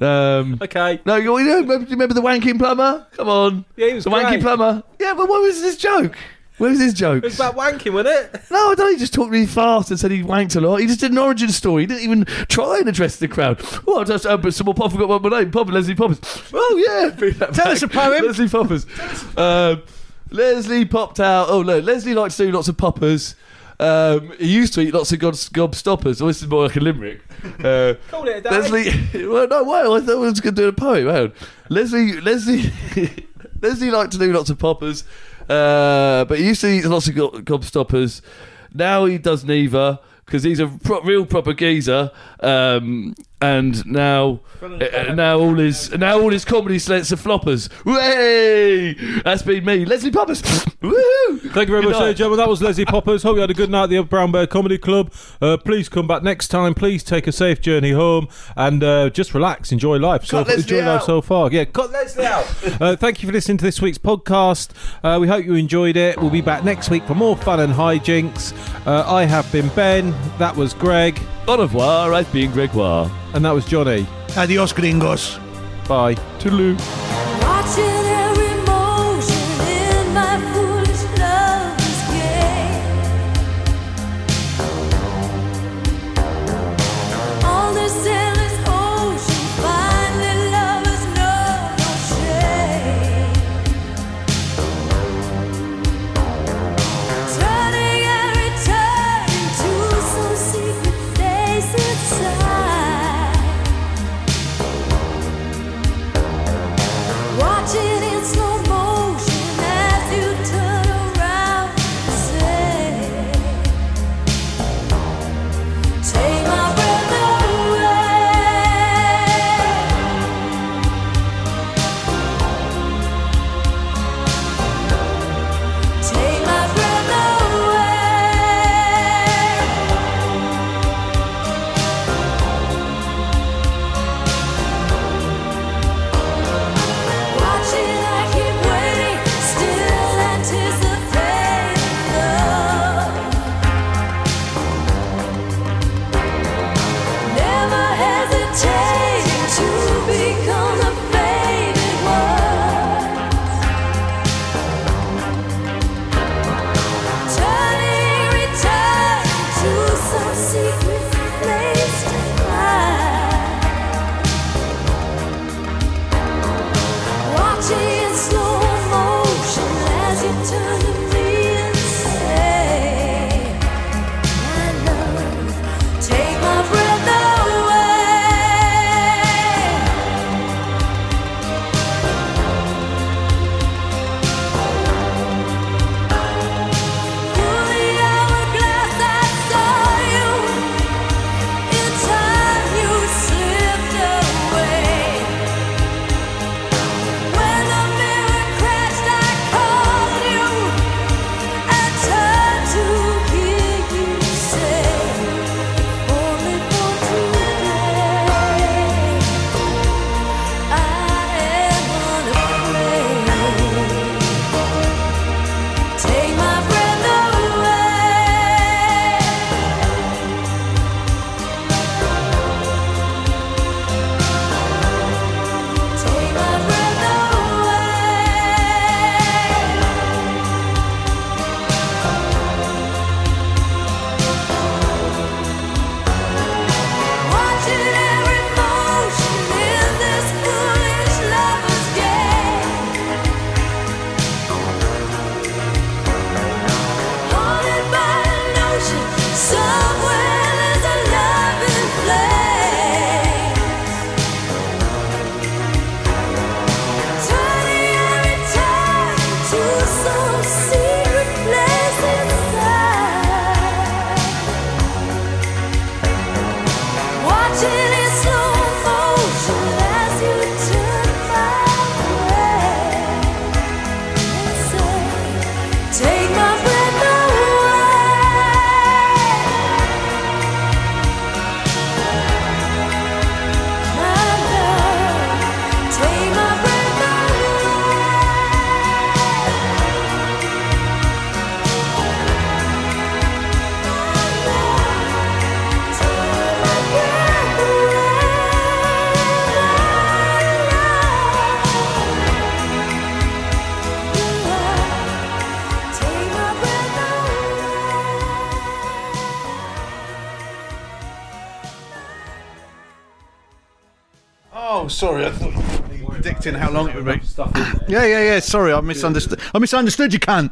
S1: Um,
S5: Okay.
S1: no, you, you remember, do you remember the wanking plumber? Come on,
S5: Yeah, he was
S1: the wanking
S5: great.
S1: plumber. Yeah, but what was his joke? What was his joke?
S5: It was about wanking, wasn't it?
S1: No, I don't. He just talked really fast and said he wanked a lot. He just did an origin story. He didn't even try and address the crowd. Oh, I just, uh, but some more pop. I forgot my name. Pop, Leslie Poppers. Oh, yeah. <laughs> bring that
S2: Tell
S1: back.
S2: us a poem.
S1: Leslie Poppers. Um, Leslie popped out. Oh, no. Leslie likes to do lots of poppers. Um, he used to eat lots of gob- gobstoppers. Oh, this is more like a limerick. Uh,
S5: Call it a day.
S1: Leslie, <laughs> well, no, wow, I thought I was going to do a poem. Hang on. Leslie, Leslie, <laughs> Leslie liked to do lots of poppers, uh, but he used to eat lots of go- gobstoppers. Now he does neither because he's a pro- real proper geezer, um, and now uh, now all his now all his comedy slants are floppers. Way, that's been me, Leslie Poppers. <laughs> Woohoo!
S3: <laughs> Thank you very much,
S1: Good
S3: ladies
S1: night.
S3: and gentlemen. That was Leslie Poppers. Hope you had a good night at the Brown Bear Comedy Club. Uh, please come back next time. Please take a safe journey home and uh, just relax, enjoy life. So,
S1: Cut Leslie
S3: enjoy life
S1: out.
S3: so far. Yeah, cut Leslie out. <laughs> uh, thank you for listening to this week's podcast. Uh, we hope you enjoyed it. We'll be back next week for more fun and hijinks. Uh, I have been Ben. That was Greg,
S1: Au revoir. I've been Gregoire.
S3: and that was Johnny.
S2: Adios, gringos.
S3: Bye. Toodaloo.
S6: Watching every motion in my foolish lover's game. On the sailor's ocean, finally lovers know no shame. Turning and returning to some secret place inside. Somewhere there's a love in flame. Turning every time to some secret place inside. Watching in slow motion as you turn my way and say. Take my breath away. My love, take my breath away. My love, Take my breath away.
S2: Oh, sorry. I thought you were predicting how long it would be. Yeah, yeah, yeah. Sorry, I misunderstood. I misunderstood you, cunt.